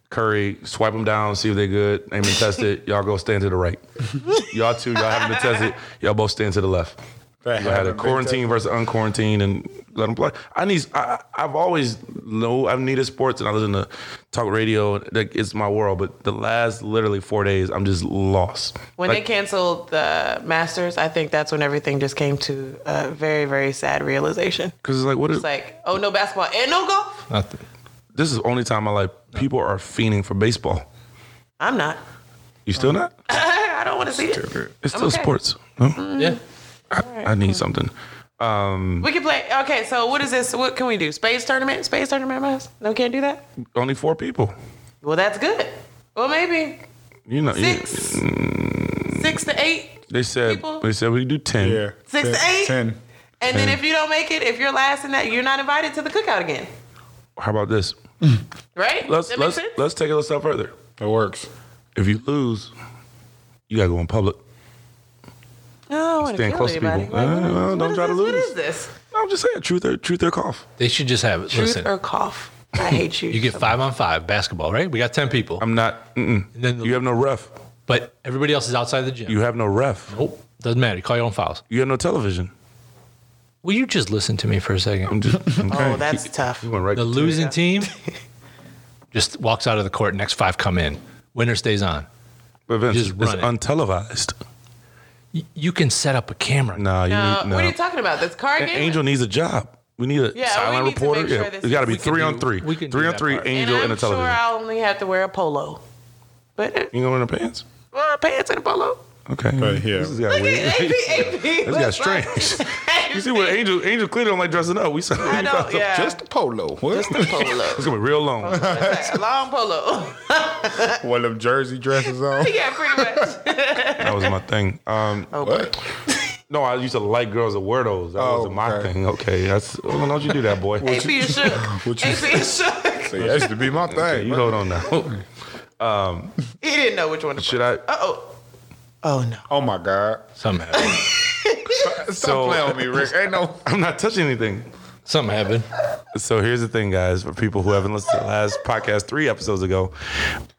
[SPEAKER 3] Curry, swipe them down, see if they're good. Ain't been tested. y'all go stand to the right. y'all two, y'all haven't been tested. Y'all both stand to the left.
[SPEAKER 4] That
[SPEAKER 3] You had a
[SPEAKER 4] happened big
[SPEAKER 3] quarantine versus unquarantined, and let them play. I need. I, I've always know I've needed sports, and I listen to talk radio. Like it's my world. But the last literally four days, I'm just lost.
[SPEAKER 2] When
[SPEAKER 3] Like,
[SPEAKER 2] they canceled the Masters, I think that's when everything just came to a very, very sad realization.
[SPEAKER 3] Cause it's like what is
[SPEAKER 2] It's like, oh, no basketball and no golf?
[SPEAKER 5] Nothing.
[SPEAKER 3] this is the only time I like people are fiending for baseball.
[SPEAKER 2] I'm not.
[SPEAKER 3] You still not?
[SPEAKER 2] I don't want to see it.
[SPEAKER 3] It's still
[SPEAKER 2] Mm-hmm. okay. Mm-hmm.
[SPEAKER 3] sports. No?
[SPEAKER 5] Yeah.
[SPEAKER 3] I need something.
[SPEAKER 2] We can play. Okay, so what is this? What can we do? Space tournament? Space tournament, Miles? No, can't do that?
[SPEAKER 3] Only four people.
[SPEAKER 2] Well, that's good. Well, maybe
[SPEAKER 3] You know, you-
[SPEAKER 2] six,
[SPEAKER 3] Mm.
[SPEAKER 2] six to eight.
[SPEAKER 3] they said
[SPEAKER 2] people?
[SPEAKER 3] they said we could do ten.
[SPEAKER 4] Yeah,
[SPEAKER 2] Six to
[SPEAKER 4] ten-
[SPEAKER 2] eight?
[SPEAKER 4] ten.
[SPEAKER 2] And then if you don't make it, if you're last in that, you're not invited to the cookout again.
[SPEAKER 3] How about this?
[SPEAKER 2] Right?
[SPEAKER 3] Let's
[SPEAKER 2] that makes
[SPEAKER 3] let's
[SPEAKER 2] sense?
[SPEAKER 3] let's take it a step further.
[SPEAKER 4] It works.
[SPEAKER 3] If you lose, you gotta go in public.
[SPEAKER 2] No, I want to
[SPEAKER 3] Stand
[SPEAKER 2] kill
[SPEAKER 3] close to
[SPEAKER 2] anybody.
[SPEAKER 3] people. No, no, no,
[SPEAKER 2] what
[SPEAKER 3] don't
[SPEAKER 2] is
[SPEAKER 3] try to
[SPEAKER 2] this? What
[SPEAKER 3] lose.
[SPEAKER 2] is this?
[SPEAKER 3] I'm just saying, truth or truth or cough.
[SPEAKER 5] They should just have it.
[SPEAKER 2] Truth
[SPEAKER 5] Listen,
[SPEAKER 2] or cough? I hate you.
[SPEAKER 5] you get five on five basketball, right? We got ten people,
[SPEAKER 3] I'm not. Mm-mm.
[SPEAKER 5] And then the-
[SPEAKER 3] Um, you have no ref.
[SPEAKER 5] but everybody else is outside the gym.
[SPEAKER 3] You have no ref.
[SPEAKER 5] oh, doesn't matter. You call your own fouls.
[SPEAKER 3] You have no television.
[SPEAKER 5] Will you just listen to me for a second?
[SPEAKER 3] I'm just. Okay.
[SPEAKER 2] Oh, that's tough.
[SPEAKER 3] You went right
[SPEAKER 5] the
[SPEAKER 3] to-
[SPEAKER 5] losing team just walks out of the court. Next five come in. Winner stays on.
[SPEAKER 3] But Vince,
[SPEAKER 5] just
[SPEAKER 3] it's
[SPEAKER 5] run it.
[SPEAKER 3] untelevised.
[SPEAKER 5] Y- you can set up a camera.
[SPEAKER 3] Nah, you
[SPEAKER 2] No,
[SPEAKER 3] need no.
[SPEAKER 2] what are you talking about? This card
[SPEAKER 3] An-
[SPEAKER 2] game?
[SPEAKER 3] Angel needs a job. We need a
[SPEAKER 2] Yeah, we
[SPEAKER 3] silent
[SPEAKER 2] need to make
[SPEAKER 3] reporter.
[SPEAKER 2] sure
[SPEAKER 3] yeah,
[SPEAKER 2] this
[SPEAKER 3] it's got to
[SPEAKER 2] is-
[SPEAKER 3] be
[SPEAKER 2] We
[SPEAKER 5] can
[SPEAKER 3] three on
[SPEAKER 5] do-
[SPEAKER 3] three.
[SPEAKER 5] we can do
[SPEAKER 3] three on
[SPEAKER 5] that
[SPEAKER 3] three.
[SPEAKER 5] part.
[SPEAKER 3] Angel
[SPEAKER 2] and
[SPEAKER 3] and,
[SPEAKER 2] I'm
[SPEAKER 3] a television.
[SPEAKER 2] sure I'll only have to wear a polo. But
[SPEAKER 3] you going to pants?
[SPEAKER 2] uh, pants and a polo.
[SPEAKER 3] Okay.
[SPEAKER 4] But, yeah.
[SPEAKER 3] This has got
[SPEAKER 2] Look
[SPEAKER 3] weird.
[SPEAKER 2] at AP,
[SPEAKER 3] This got strange. you see what Angel Angel clearly don't like dressing up. We saw
[SPEAKER 2] I don't. Yeah,
[SPEAKER 4] Just the polo. What? Just the
[SPEAKER 3] It's gonna be real long.
[SPEAKER 2] It's like a long polo.
[SPEAKER 4] One of them jersey dresses on.
[SPEAKER 2] yeah, pretty much.
[SPEAKER 3] that was my thing. Um,
[SPEAKER 4] What?
[SPEAKER 3] no, I used to like girls that wear those. That
[SPEAKER 4] Oh,
[SPEAKER 3] wasn't my
[SPEAKER 4] okay.
[SPEAKER 3] thing. Okay, that's. Well, don't you do that, boy?
[SPEAKER 2] AP is shook.
[SPEAKER 4] What you-
[SPEAKER 2] AP is shook.
[SPEAKER 4] See, that used to be my
[SPEAKER 3] Okay,
[SPEAKER 4] thing.
[SPEAKER 3] you hold on now.
[SPEAKER 2] He didn't know which one to.
[SPEAKER 3] Should I?
[SPEAKER 2] Uh oh. Oh no.
[SPEAKER 4] Oh my God.
[SPEAKER 5] Something happened.
[SPEAKER 4] Stop
[SPEAKER 3] So-
[SPEAKER 4] playing with me, Rick. Ain't no.
[SPEAKER 3] I'm not touching anything.
[SPEAKER 5] Something happened.
[SPEAKER 3] So here's the thing, guys. For people who haven't listened to the last podcast three episodes ago,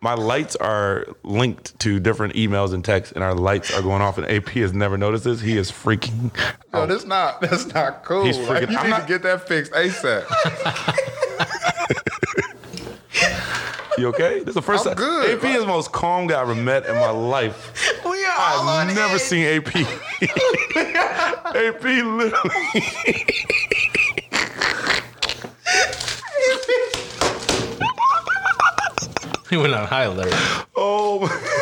[SPEAKER 3] my lights are linked to different emails and texts, and our lights are going off. And AP has never noticed this. He is freaking.
[SPEAKER 4] No, that's not. That's not cool.
[SPEAKER 3] Oh. He's
[SPEAKER 4] Like,
[SPEAKER 3] freaking-
[SPEAKER 4] you
[SPEAKER 3] I'm
[SPEAKER 4] need
[SPEAKER 3] not-
[SPEAKER 4] to get that fixed ASAP.
[SPEAKER 3] You okay? This is the 1st
[SPEAKER 4] I'm
[SPEAKER 3] time.
[SPEAKER 4] good.
[SPEAKER 3] AP is the most calm guy I've met in my life.
[SPEAKER 2] We are all on
[SPEAKER 3] I've never
[SPEAKER 2] edge.
[SPEAKER 3] seen AP. AP literally.
[SPEAKER 5] He went on high alert.
[SPEAKER 3] Oh, my-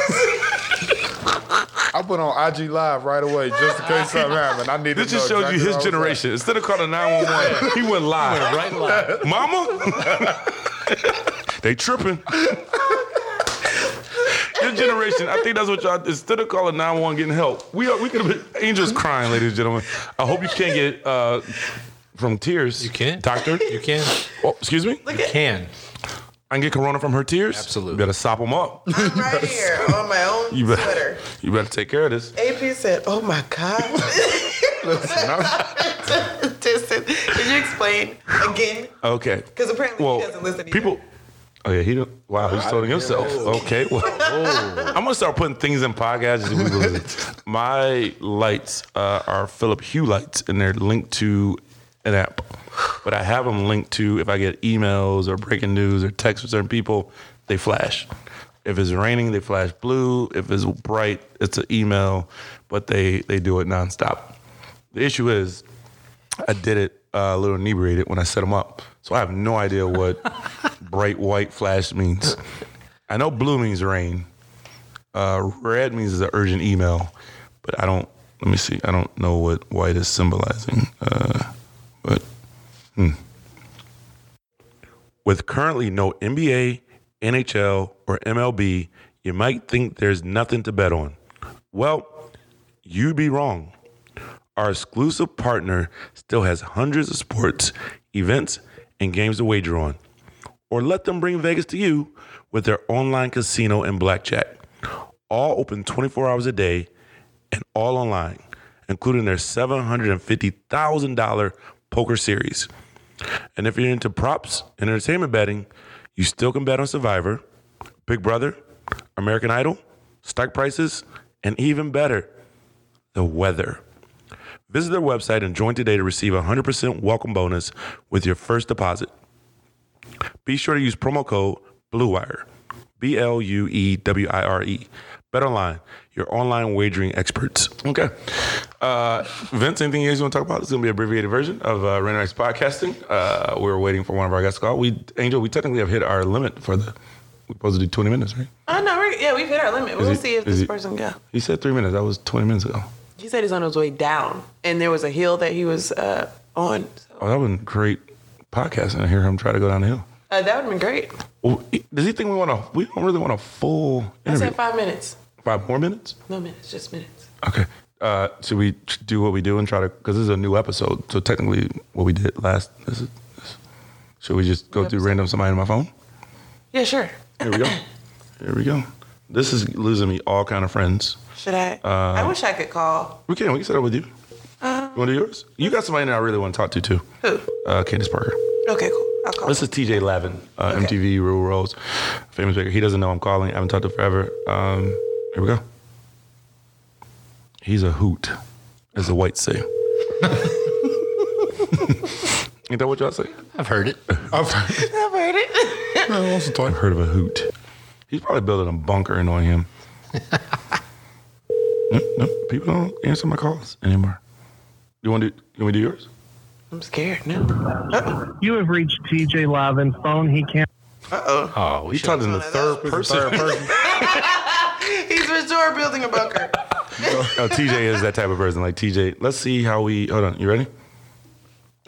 [SPEAKER 4] I put on IG Live right away just in case something happened. I need
[SPEAKER 3] This
[SPEAKER 4] to know
[SPEAKER 3] just shows
[SPEAKER 4] exactly
[SPEAKER 3] you his
[SPEAKER 4] what I was
[SPEAKER 3] generation. Instead of calling 911, he went live.
[SPEAKER 5] Right live.
[SPEAKER 3] Mama? they tripping. Your generation, I think that's what y'all. Instead of calling 911 getting help, we are, we could have been angels crying, ladies and gentlemen. I hope you can't get uh, from tears.
[SPEAKER 5] You can't.
[SPEAKER 3] doctor.
[SPEAKER 5] You can.
[SPEAKER 3] Oh, excuse me.
[SPEAKER 5] You can.
[SPEAKER 3] I can get corona from her tears.
[SPEAKER 5] Absolutely.
[SPEAKER 3] You better sop them up.
[SPEAKER 2] right here on my own
[SPEAKER 3] You better.
[SPEAKER 2] Twitter.
[SPEAKER 3] You better take care of this.
[SPEAKER 2] AP said, "Oh my god." Listen, could you explain again?
[SPEAKER 3] Okay.
[SPEAKER 2] Because apparently
[SPEAKER 3] Well,
[SPEAKER 2] he doesn't listen. either.
[SPEAKER 3] people. Oh yeah, he. Don't, wow, he's toting himself. Okay, well, I'm gonna start putting things in podcasts. that we believe. My lights uh, are Philip Hue lights, and they're linked to an app. But I have them linked to if I get emails or breaking news or texts from certain people, they flash. If it's raining, they flash blue. If it's bright, it's an email. But they they do it nonstop. The issue is, I did it uh, a little inebriated when I set them up. So I have no idea what bright white flash means. I know blue means rain. Uh, red means it's an urgent email, but I don't. Let me see. I don't know what white is symbolizing. Uh, but hmm. with currently no NBA, NHL, or MLB, you might think there's nothing to bet on. Well, you'd be wrong our exclusive partner still has hundreds of sports, events, and games to wager on. Or let them bring Vegas to you with their online casino and blackjack. All open 24 hours a day and all online, including their $750,000 poker series. And if you're into props and entertainment betting, you still can bet on Survivor, Big Brother, American Idol, stock prices, and even better, the weather. Visit their website and join today to receive a 100% welcome bonus with your first deposit. Be sure to use promo code BLUEWIRE, B L U E W I R E. BetOnline, your online wagering experts. Okay. Uh, Vince, anything you guys want to talk about? It's going to be an abbreviated version of uh, Random Acts Podcasting. Uh, we're waiting for one of our guests to call. We, Angel, we technically have hit our limit for the, we're supposed to do 20 minutes, right?
[SPEAKER 2] Oh no! We're, yeah, we've hit our limit. We'll
[SPEAKER 3] it-
[SPEAKER 2] see if
[SPEAKER 3] is
[SPEAKER 2] this
[SPEAKER 3] it-
[SPEAKER 2] person go.
[SPEAKER 3] He said three minutes. That was 20 minutes ago.
[SPEAKER 2] He said he's on his way down, and there was a hill that he was uh, on. So,
[SPEAKER 3] Oh, that would been great podcasting to hear him try to go down the hill.
[SPEAKER 2] uh, that would have been great.
[SPEAKER 3] Well, does he think we want to? We don't really want a full
[SPEAKER 2] I
[SPEAKER 3] interview.
[SPEAKER 2] said five minutes.
[SPEAKER 3] Five more minutes?
[SPEAKER 2] No minutes, just minutes.
[SPEAKER 3] Okay. Uh, should we t- do what we do and try to? Because this is a new episode, so technically, what we did last. This is, this, should we just go through random somebody on my phone?
[SPEAKER 2] Yeah, sure.
[SPEAKER 3] Here we go. Here we go. This is losing me all kind of friends.
[SPEAKER 2] Should I? I
[SPEAKER 3] Uh,
[SPEAKER 2] wish I could call.
[SPEAKER 3] We can. We can set up with you. you want to do yours? You got somebody that I really want to talk to too.
[SPEAKER 2] Who?
[SPEAKER 3] Uh, Candace Parker.
[SPEAKER 2] Okay, cool. I'll call.
[SPEAKER 3] This is TJ Lavin, uh,
[SPEAKER 2] Okay.
[SPEAKER 3] MTV Rule Rolls, famous baker. He doesn't know I'm calling. I haven't talked to him forever. Um, here we go. He's a hoot, as the whites say. Ain't that what y'all say?
[SPEAKER 5] I've heard it.
[SPEAKER 4] I've,
[SPEAKER 2] I've heard it.
[SPEAKER 4] I want some toy.
[SPEAKER 3] Heard of a hoot? He's probably building a bunker in on him. no, no, people don't answer my calls anymore. You want to? Can we do yours?
[SPEAKER 2] I'm scared now.
[SPEAKER 6] You have reached TJ Lavin's phone. He can't.
[SPEAKER 5] Oh, we
[SPEAKER 3] He's
[SPEAKER 5] should.
[SPEAKER 3] talking in the third person.
[SPEAKER 4] Third person.
[SPEAKER 2] He's for sure building a bunker.
[SPEAKER 3] Oh, TJ is that type of person. Like TJ, let's see how we. Hold on, you ready?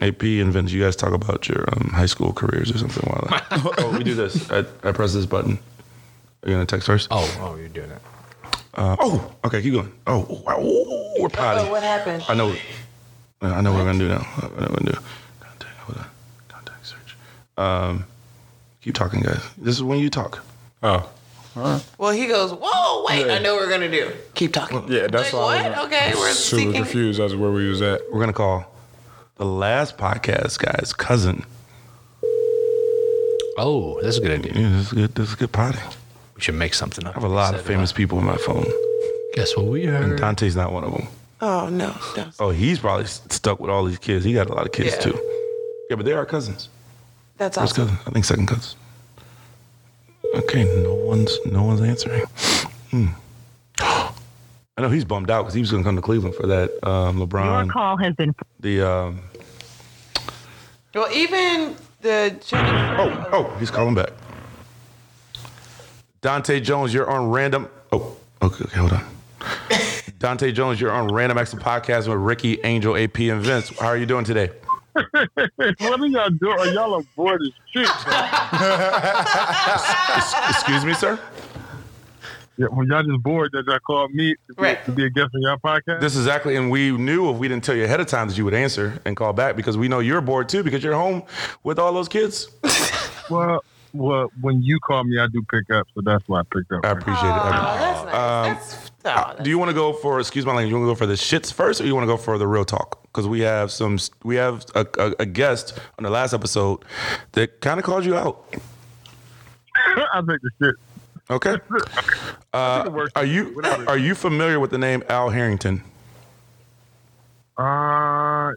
[SPEAKER 3] AP and Vince, you guys talk about your um, high school careers or something while I, Oh, we do this. I, I press this button. Are you gonna text first?
[SPEAKER 5] Oh, oh, you're doing it.
[SPEAKER 3] Uh, oh, okay, keep going. Oh, wow, oh, we're potty.
[SPEAKER 2] Oh, what happened?
[SPEAKER 3] I know. I know what we're gonna do now. I know what we're gonna do. Contact. Hold on. Contact search. Um, keep talking, guys. This is when you talk.
[SPEAKER 4] Oh,
[SPEAKER 2] Well, he goes, "Whoa, wait! I know what we're gonna do. Keep talking."
[SPEAKER 4] yeah, that's
[SPEAKER 2] Like,
[SPEAKER 4] why I
[SPEAKER 2] what?
[SPEAKER 4] was
[SPEAKER 2] Okay, we're
[SPEAKER 4] super
[SPEAKER 2] seeking-
[SPEAKER 4] confused as to where we was at.
[SPEAKER 3] We're gonna call the last podcast guy's cousin.
[SPEAKER 5] Oh, that's a good idea.
[SPEAKER 3] Yeah, this is good. This is good potty.
[SPEAKER 5] We should make something up.
[SPEAKER 3] I have a lot of famous people on my phone.
[SPEAKER 5] Guess what we
[SPEAKER 3] And
[SPEAKER 5] heard?
[SPEAKER 3] Dante's not one of them.
[SPEAKER 2] Oh no. no.
[SPEAKER 3] Oh, he's probably s- stuck with all these kids. He got a lot of kids
[SPEAKER 2] Yeah.
[SPEAKER 3] too. Yeah, but they are cousins.
[SPEAKER 2] That's
[SPEAKER 3] First
[SPEAKER 2] awesome.
[SPEAKER 3] cousin, I think second cousin. Okay, no one's no one's answering. Hmm. I know he's bummed out because he was going to come to Cleveland for that um,
[SPEAKER 6] Your
[SPEAKER 3] LeBron.
[SPEAKER 6] call has been.
[SPEAKER 3] The um,
[SPEAKER 2] Well, even the Jennifer,
[SPEAKER 3] oh oh, he's calling back. Dante Jones, you're on random. Oh okay, okay hold on. Dante Jones, you're on Random Acts Podcast with Ricky, Angel, AP, and Vince. How are you doing today?
[SPEAKER 6] What are y'all doing? Y'all are bored as shit.
[SPEAKER 3] Excuse me, sir.
[SPEAKER 6] Yeah, when y'all just bored that y'all called me to be,
[SPEAKER 2] Right.
[SPEAKER 6] to be a guest on y'all podcast.
[SPEAKER 3] This is exactly, and we knew if we didn't tell you ahead of time that you would answer and call back because we know you're bored too because you're home with all those kids.
[SPEAKER 6] well, well, when you call me, I do pick up, so that's why I picked up.
[SPEAKER 3] I appreciate it.
[SPEAKER 2] Oh,
[SPEAKER 3] I-
[SPEAKER 2] that's nice. that's, oh, that's
[SPEAKER 3] Do you want to go for excuse my language? You want to go for the shits first, or you want to go for the real talk? Because we have some, we have a, a, a guest on the last episode that kind of called you out.
[SPEAKER 6] I take the shit.
[SPEAKER 3] Okay, Uh,
[SPEAKER 6] It works.
[SPEAKER 3] are you are you familiar with the name Al Harrington?
[SPEAKER 6] Uh,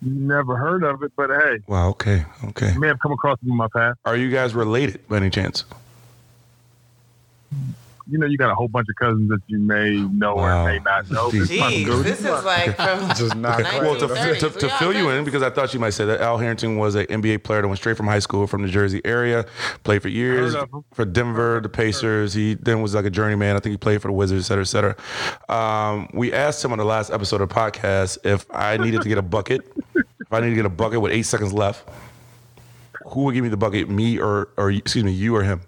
[SPEAKER 6] never heard of it, but hey,
[SPEAKER 3] Wow. Okay. Okay.
[SPEAKER 6] may have come across it in my past.
[SPEAKER 3] Are you guys related by any chance?
[SPEAKER 6] You know, you got a whole bunch of cousins that you may know
[SPEAKER 3] Wow.
[SPEAKER 6] or may not know.
[SPEAKER 3] Jeez.
[SPEAKER 2] Jeez, this is like from
[SPEAKER 4] Just not
[SPEAKER 2] Okay.
[SPEAKER 3] Well, to,
[SPEAKER 2] Thirties,
[SPEAKER 3] to,
[SPEAKER 2] we
[SPEAKER 3] to
[SPEAKER 2] all
[SPEAKER 3] fill you in,
[SPEAKER 2] thirties.
[SPEAKER 3] because I thought you might say that Al Harrington was an NBA player that went straight from high school from the Jersey area, played for years
[SPEAKER 6] Heard of him.
[SPEAKER 3] for Denver, the Pacers. He then was like a journeyman. I think he played for the Wizards, et cetera, et cetera. Um, we asked him on the last episode of the podcast if I needed to get a bucket, if I needed to get a bucket with eight seconds left, who would give me the bucket, me or, or excuse me, you or him?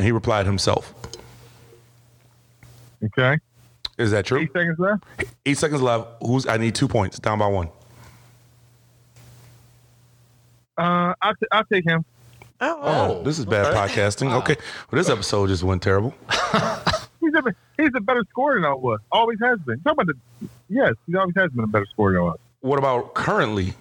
[SPEAKER 3] And he replied himself.
[SPEAKER 6] Okay,
[SPEAKER 3] Is that true?
[SPEAKER 6] eight seconds left.
[SPEAKER 3] Eight seconds left. Who's? I need two points. Down by one.
[SPEAKER 6] Uh, I t- I take him.
[SPEAKER 3] Oh, this is bad podcasting. Okay. Well, this episode just went terrible.
[SPEAKER 6] He's a he's a better scorer than I was. Always has been. Talk about the yes, he always has been a better scorer than I was.
[SPEAKER 3] What about currently?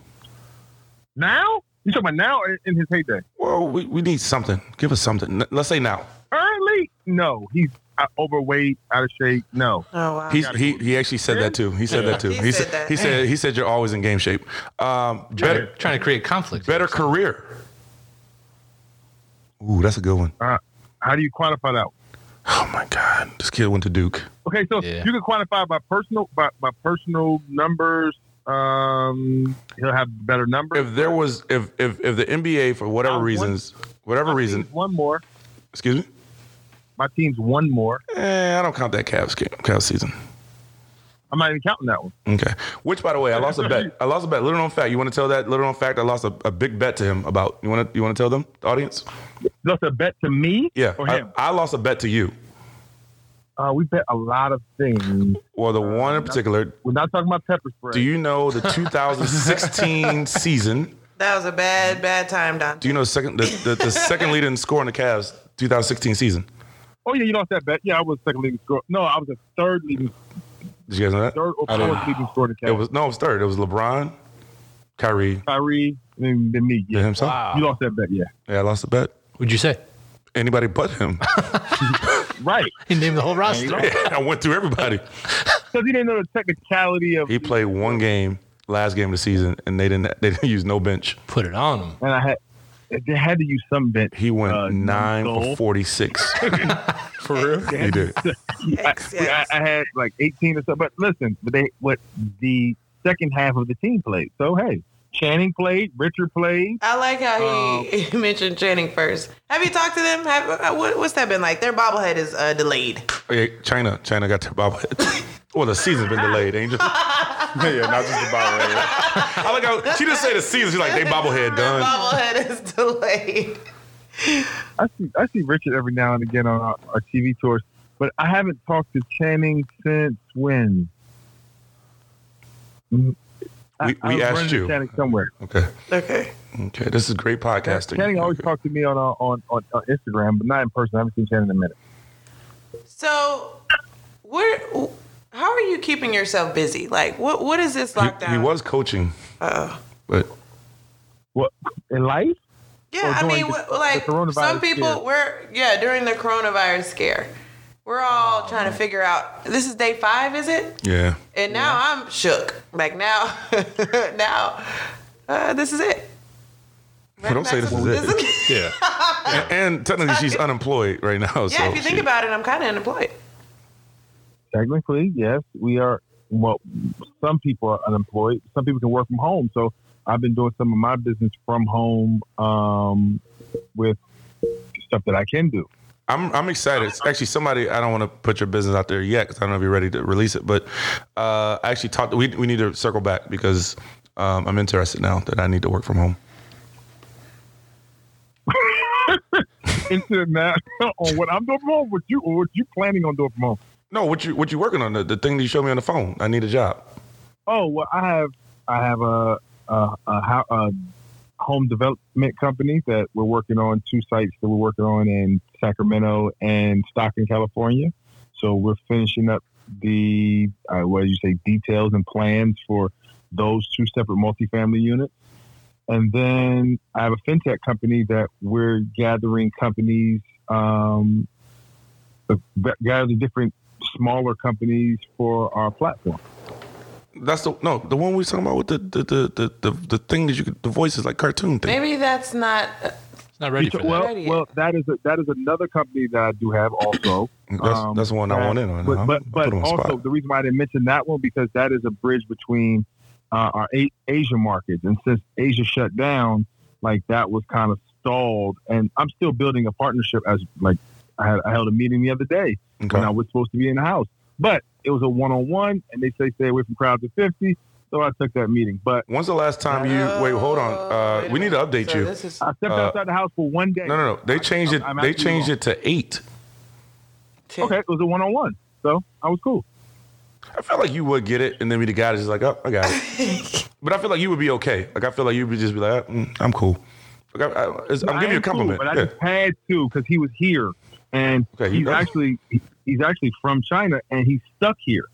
[SPEAKER 6] Now you talking about now in, in his heyday?
[SPEAKER 3] Well, we, we need something. Give us something. N- Let's say now.
[SPEAKER 6] Early? No, he's uh, overweight, out of shape. No,
[SPEAKER 2] oh wow.
[SPEAKER 3] He's, he he actually said that too. He said that too.
[SPEAKER 2] He
[SPEAKER 3] He
[SPEAKER 2] said
[SPEAKER 3] said
[SPEAKER 2] that.
[SPEAKER 3] he said he said you're always in game shape. Um, better
[SPEAKER 5] Trying to create conflict.
[SPEAKER 3] better career. Ooh, that's a good one.
[SPEAKER 6] uh, how do you quantify that?
[SPEAKER 3] Oh my God, this kid went to Duke.
[SPEAKER 6] Okay, so
[SPEAKER 5] Yeah.
[SPEAKER 6] you can quantify by personal by, by personal numbers. Um, he'll have better numbers.
[SPEAKER 3] If there was if if if the NBA for whatever
[SPEAKER 6] Uh, one-
[SPEAKER 3] reasons, whatever
[SPEAKER 6] My
[SPEAKER 3] reason,
[SPEAKER 6] team's one more.
[SPEAKER 3] excuse me.
[SPEAKER 6] My team's one more.
[SPEAKER 3] Eh, I don't count that Cavs game, Cavs season.
[SPEAKER 6] I'm not even counting that one.
[SPEAKER 3] Okay. Which, by the way, I lost a bet. I lost a bet. Little known fact. You want to tell that little known fact? I lost a, a big bet to him about. You want to you want to tell them, the audience?
[SPEAKER 6] That's a bet to me.
[SPEAKER 3] Yeah.
[SPEAKER 6] or
[SPEAKER 3] I-
[SPEAKER 6] him.
[SPEAKER 3] I, lost a bet to you.
[SPEAKER 6] Uh, we bet a lot of things.
[SPEAKER 3] Well, the one in particular.
[SPEAKER 6] We're not talking about pepper spray.
[SPEAKER 3] Do you know the 2016 season?
[SPEAKER 2] that was a bad, bad time, Don.
[SPEAKER 3] Do you know the second the, the, the second leader in scoring the Cavs 2016 season?
[SPEAKER 6] Oh yeah, you lost that bet. Yeah, I was second leading scorer. No, I was a third leading,
[SPEAKER 3] Did you guys know that?
[SPEAKER 6] third or
[SPEAKER 4] I
[SPEAKER 6] fourth
[SPEAKER 4] didn't-
[SPEAKER 6] leading scorer. in the
[SPEAKER 3] It
[SPEAKER 6] Cavs.
[SPEAKER 3] was no, it was third. It was LeBron, Kyrie,
[SPEAKER 6] Kyrie and then me.
[SPEAKER 3] and
[SPEAKER 6] Yeah,
[SPEAKER 3] himself.
[SPEAKER 6] you lost that bet. Yeah,
[SPEAKER 3] Yeah, I lost a bet.
[SPEAKER 5] Would you say?
[SPEAKER 3] Anybody but him.
[SPEAKER 6] right.
[SPEAKER 5] He named the whole roster.
[SPEAKER 3] I went through everybody.
[SPEAKER 6] Because he didn't know the technicality of.
[SPEAKER 3] He played one game last game of the season, and they didn't they didn't use no bench.
[SPEAKER 5] Put it on him.
[SPEAKER 6] And I had, they had to use some bet.
[SPEAKER 3] He went
[SPEAKER 6] Uh,
[SPEAKER 3] nine for
[SPEAKER 6] goal.
[SPEAKER 3] 46.
[SPEAKER 4] for real.
[SPEAKER 3] he did.
[SPEAKER 2] X,
[SPEAKER 6] I,
[SPEAKER 2] yes.
[SPEAKER 6] I had like 18 or so. But listen, but they what the second half of the team played. So hey, Channing played, Richard played.
[SPEAKER 2] I like how he mentioned Channing first. Have you talked to them? Have, uh, what, what's that been like? Their bobblehead is uh, delayed.
[SPEAKER 3] Okay, China, China got their bobblehead. Well, the season's been delayed, Angel. I
[SPEAKER 4] yeah, not just about right.
[SPEAKER 3] like how she didn't say the season. She's like, they
[SPEAKER 2] Their
[SPEAKER 3] bobblehead done.
[SPEAKER 2] bobblehead is delayed.
[SPEAKER 6] I see I see Richard every now and again on our, our TV tours, but I haven't talked to Channing since when. Mm, I-
[SPEAKER 3] We- we
[SPEAKER 6] I was
[SPEAKER 3] asked
[SPEAKER 6] running to
[SPEAKER 3] you.
[SPEAKER 6] Channing somewhere.
[SPEAKER 3] Okay.
[SPEAKER 2] Okay.
[SPEAKER 3] Okay. This is great podcasting.
[SPEAKER 6] Channing always
[SPEAKER 3] Okay.
[SPEAKER 6] talks to me on, uh, on on on Instagram, but not in person. I haven't seen Channing in a minute.
[SPEAKER 2] So, where? How are you keeping yourself busy? Like, what? What is this
[SPEAKER 3] He-
[SPEAKER 2] lockdown?
[SPEAKER 3] He, was coaching. But
[SPEAKER 6] What in life? or
[SPEAKER 2] Yeah, I
[SPEAKER 6] during
[SPEAKER 2] mean,
[SPEAKER 6] the-
[SPEAKER 2] what,
[SPEAKER 6] the
[SPEAKER 2] like
[SPEAKER 6] coronavirus
[SPEAKER 2] some people
[SPEAKER 6] scare.
[SPEAKER 2] we're yeah during the coronavirus scare, we're
[SPEAKER 3] Oh,
[SPEAKER 2] all trying to figure out. This is day five, is it?
[SPEAKER 3] yeah.
[SPEAKER 2] And now I'm shook. Like now, now uh, this is it.
[SPEAKER 3] Well, don't say this is it.
[SPEAKER 5] Yeah.
[SPEAKER 3] And, and technically, she's unemployed right now.
[SPEAKER 2] Yeah, if you think about it, I'm kind of unemployed.
[SPEAKER 6] Technically, yes, we are. Well, some people are unemployed. Some people can work from home. So I've been doing some of my business from home um, with stuff that I can do.
[SPEAKER 3] I'm I'm excited. Actually, somebody I don't want to put your business out there yet because I don't know if you're ready to release it. But uh, I actually talked. We we need to circle back because um, I'm interested now that I need to work from home.
[SPEAKER 6] into now on what I'm doing from home, what you or what you planning on doing from home.
[SPEAKER 3] No, what you what you working on? The, the thing that you showed me on the phone. I need a job.
[SPEAKER 6] Oh well, I have I have a a, a, ho- a home development company that we're working on two sites that we're working on in Sacramento and Stockton, California. So we're finishing up the uh, what did you say details and plans for those two separate multifamily units. And then I have a fintech company that we're gathering companies, um, uh, gathering different smaller companies for our platform.
[SPEAKER 3] That's the no the one we was talking about with the the the the, the, the thing that you could, the voices like cartoon thing.
[SPEAKER 2] Maybe that's not. uh,
[SPEAKER 5] It's not ready for that.
[SPEAKER 6] well,
[SPEAKER 2] Ready.
[SPEAKER 6] well, that is a, that is another company that I do have also.
[SPEAKER 3] That's,
[SPEAKER 6] Um,
[SPEAKER 3] that's the one I
[SPEAKER 6] that-
[SPEAKER 3] want in on.
[SPEAKER 6] But
[SPEAKER 3] I'm-
[SPEAKER 6] but,
[SPEAKER 3] I'm
[SPEAKER 6] but
[SPEAKER 3] put on the
[SPEAKER 6] also
[SPEAKER 3] spot.
[SPEAKER 6] the reason why I didn't mention that one because that is a bridge between uh, our a- Asian markets, and since Asia shut down, like that was kind of stalled. And I'm still building a partnership as like I, had, I held a meeting the other day
[SPEAKER 3] Okay.
[SPEAKER 6] when I was supposed to be in the house, but it was a one on one, and they say stay away from crowds of fifty, so I took that meeting. But
[SPEAKER 3] When's the last time you? Wait, hold on.
[SPEAKER 2] Oh,
[SPEAKER 3] Uh,
[SPEAKER 2] wait a
[SPEAKER 3] we need to
[SPEAKER 2] minute.
[SPEAKER 3] update
[SPEAKER 2] So
[SPEAKER 3] you.
[SPEAKER 2] This is,
[SPEAKER 6] I stepped
[SPEAKER 3] Uh,
[SPEAKER 6] outside the house for one day.
[SPEAKER 3] No, no, no. They changed it.
[SPEAKER 6] I'm
[SPEAKER 3] They
[SPEAKER 6] actually
[SPEAKER 3] changed
[SPEAKER 6] wrong.
[SPEAKER 3] it to eight.
[SPEAKER 6] Okay, it was a one on one, so I was cool.
[SPEAKER 3] I felt like you would get it, and then we the guy that's just like, oh, I got it. but I feel like you would be okay. Like I feel like you would just be like, mm, I'm cool. Like, I, I, it's, I'm
[SPEAKER 6] I
[SPEAKER 3] giving you a
[SPEAKER 6] am cool,
[SPEAKER 3] compliment.
[SPEAKER 6] but I
[SPEAKER 3] yeah.
[SPEAKER 6] just had to because he was here, and
[SPEAKER 3] Okay, he
[SPEAKER 6] he's
[SPEAKER 3] does.
[SPEAKER 6] actually he's actually from China, and he's stuck here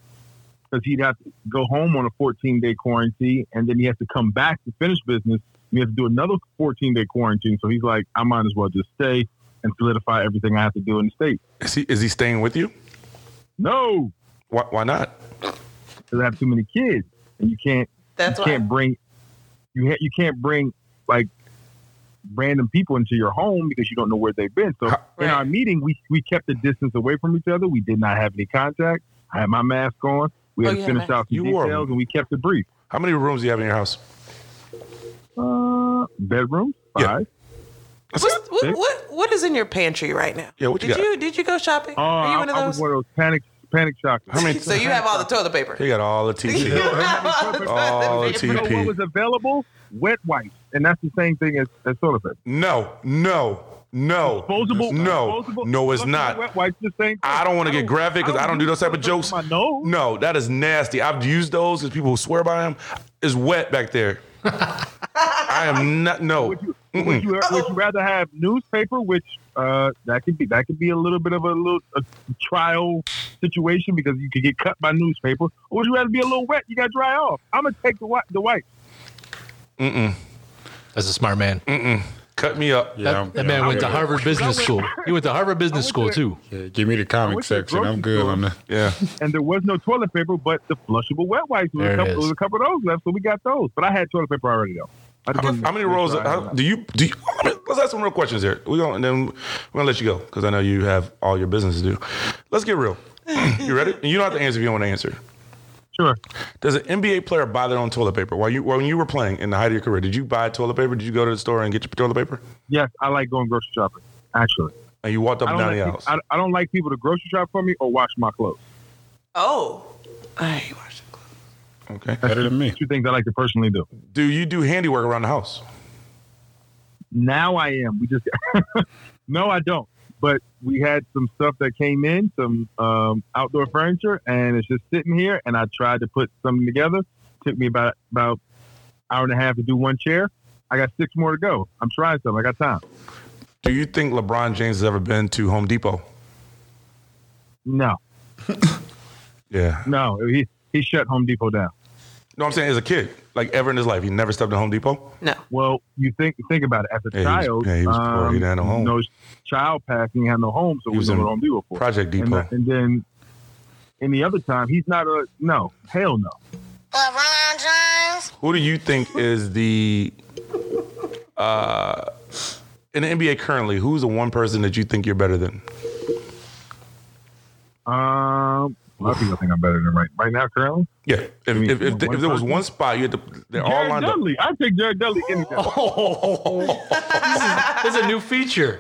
[SPEAKER 6] because he'd have to go home on a 14 day quarantine, and then he has to come back to finish business. And he has to do another 14 day quarantine. So he's like, I might as well just stay and solidify everything I have to do in the state.
[SPEAKER 3] Is he is he staying with you?
[SPEAKER 6] No,
[SPEAKER 3] Why, why not?
[SPEAKER 6] because I have too many kids, and you can't
[SPEAKER 2] That's
[SPEAKER 6] you
[SPEAKER 2] why.
[SPEAKER 6] can't bring you ha- you can't bring like random people into your home because you don't know where they've been. So in our
[SPEAKER 2] Right.
[SPEAKER 6] meeting, we we kept the distance away from each other. We did not have any contact. I had my mask on. We
[SPEAKER 2] Oh, you
[SPEAKER 6] had to
[SPEAKER 2] had a
[SPEAKER 6] finish
[SPEAKER 2] mask.
[SPEAKER 6] out some
[SPEAKER 3] You wore
[SPEAKER 6] details,
[SPEAKER 3] one.
[SPEAKER 6] and we kept it brief.
[SPEAKER 3] How many rooms do you have in your house?
[SPEAKER 6] Uh, bedroom
[SPEAKER 3] Yeah.
[SPEAKER 6] five.
[SPEAKER 3] That's it.
[SPEAKER 2] What's, what, what what is in your pantry right now?
[SPEAKER 3] Yeah, what you
[SPEAKER 2] did
[SPEAKER 3] got?
[SPEAKER 2] you did you go shopping?
[SPEAKER 6] Oh,
[SPEAKER 2] Are you
[SPEAKER 6] I,
[SPEAKER 2] one of
[SPEAKER 6] I
[SPEAKER 2] those?
[SPEAKER 6] was one of those panic panic shockers.
[SPEAKER 3] How many?
[SPEAKER 2] so you have all the toilet paper.
[SPEAKER 3] He got all the TV.
[SPEAKER 2] You have all the
[SPEAKER 3] All
[SPEAKER 2] toilet
[SPEAKER 3] the
[SPEAKER 6] You
[SPEAKER 2] paper.
[SPEAKER 6] know
[SPEAKER 3] TP.
[SPEAKER 6] what was available? Wet wipes, and that's the same thing as, as toilet paper.
[SPEAKER 3] No, no, no,
[SPEAKER 6] Disposable.
[SPEAKER 3] no,
[SPEAKER 6] disposable-
[SPEAKER 3] no. It's
[SPEAKER 6] flushable
[SPEAKER 3] not.
[SPEAKER 6] Wet wipes, the same thing.
[SPEAKER 3] I don't want to get graphic because I don't do those type of jokes.
[SPEAKER 6] My nose.
[SPEAKER 3] No, that is nasty. I've used those because people swear by them. It's wet back there. I am not. No.
[SPEAKER 6] Would you, would you, would you rather have newspaper, which uh, that could be that could be a little bit of a little a trial situation because you could get cut by newspaper, or would you rather be a little wet? You got to dry off. I'm gonna take the white. The white.
[SPEAKER 5] That's a smart
[SPEAKER 3] Mm,
[SPEAKER 5] man.
[SPEAKER 3] Cut me up.
[SPEAKER 4] Yeah,
[SPEAKER 5] That,
[SPEAKER 4] I'm-
[SPEAKER 5] that
[SPEAKER 4] yeah,
[SPEAKER 5] man
[SPEAKER 4] I'm
[SPEAKER 5] went to
[SPEAKER 4] good.
[SPEAKER 5] Harvard Business School. He went to Harvard Business School too.
[SPEAKER 4] Yeah, give me the
[SPEAKER 6] I
[SPEAKER 4] comic
[SPEAKER 6] went to the
[SPEAKER 4] section. I'm
[SPEAKER 6] grocery
[SPEAKER 4] good
[SPEAKER 6] store.
[SPEAKER 4] on that.
[SPEAKER 3] Yeah.
[SPEAKER 6] And there was no toilet paper, but the flushable wet wipes. There was,
[SPEAKER 5] There
[SPEAKER 6] a
[SPEAKER 5] it
[SPEAKER 6] couple,
[SPEAKER 5] is.
[SPEAKER 6] there was a couple of those left, so we got those. But I had toilet paper already though. I just
[SPEAKER 3] How,
[SPEAKER 6] wanted
[SPEAKER 3] how many
[SPEAKER 6] to
[SPEAKER 3] rolls?
[SPEAKER 6] try
[SPEAKER 3] How,
[SPEAKER 6] it out.
[SPEAKER 3] do you do? You, let's ask some real questions here. We gonna and then we're gonna let you go because I know you have all your business to do. Let's get real. You ready? You don't have to answer if you don't want to answer.
[SPEAKER 6] Sure.
[SPEAKER 3] Does an NBA player buy their own toilet paper? While you when you were playing in the height of your career, did you buy toilet paper? Did you go to the store and get your toilet paper?
[SPEAKER 6] Yes, I like going grocery shopping. Actually,
[SPEAKER 3] And you walked up
[SPEAKER 6] I
[SPEAKER 3] and
[SPEAKER 6] don't,
[SPEAKER 3] down
[SPEAKER 6] like
[SPEAKER 3] the
[SPEAKER 6] people,
[SPEAKER 3] aisles.
[SPEAKER 6] I, I don't like people to grocery shop for me or wash my clothes.
[SPEAKER 2] Oh, I watched it.
[SPEAKER 3] Okay.
[SPEAKER 4] Better than me.
[SPEAKER 6] Two things I like to personally do.
[SPEAKER 3] Do you do handiwork around the house?
[SPEAKER 6] Now I am. We just no, I don't. But we had some stuff that came in, some um, outdoor furniture, and it's just sitting here. And I tried to put something together. Took me about about hour and a half to do one chair. I got six more to go. I'm trying something. I got time.
[SPEAKER 3] Do you think LeBron James has ever been to Home Depot?
[SPEAKER 6] No,
[SPEAKER 3] Yeah.
[SPEAKER 6] no, he he shut Home Depot down.
[SPEAKER 3] No, I'm saying as a kid, like ever in his life, he never stepped to Home Depot.
[SPEAKER 2] No.
[SPEAKER 6] Well, you think think about it. As a
[SPEAKER 3] Yeah, he was-
[SPEAKER 6] child,
[SPEAKER 3] yeah, he was poor. He
[SPEAKER 6] um,
[SPEAKER 3] didn't have no home.
[SPEAKER 6] No child passing, had no home, so
[SPEAKER 3] He
[SPEAKER 6] we
[SPEAKER 3] was
[SPEAKER 6] know
[SPEAKER 3] in
[SPEAKER 6] what Home Depot for.
[SPEAKER 3] Project
[SPEAKER 6] And,
[SPEAKER 3] Depot.
[SPEAKER 6] the- and then any other time, he's not a no. Hell no.
[SPEAKER 3] Who do you think is the uh in the NBA currently? Who's the one person that you think you're better than?
[SPEAKER 6] Um, A lot of people think I'm better than right right now currently.
[SPEAKER 3] Yeah. If,
[SPEAKER 6] mean,
[SPEAKER 3] if, if,
[SPEAKER 6] one
[SPEAKER 3] if there was
[SPEAKER 6] person?
[SPEAKER 3] one spot, you had to, they're all
[SPEAKER 6] Jared
[SPEAKER 3] lined up.
[SPEAKER 6] Dudley. I take Jared Dudley any time.
[SPEAKER 5] This is a new feature.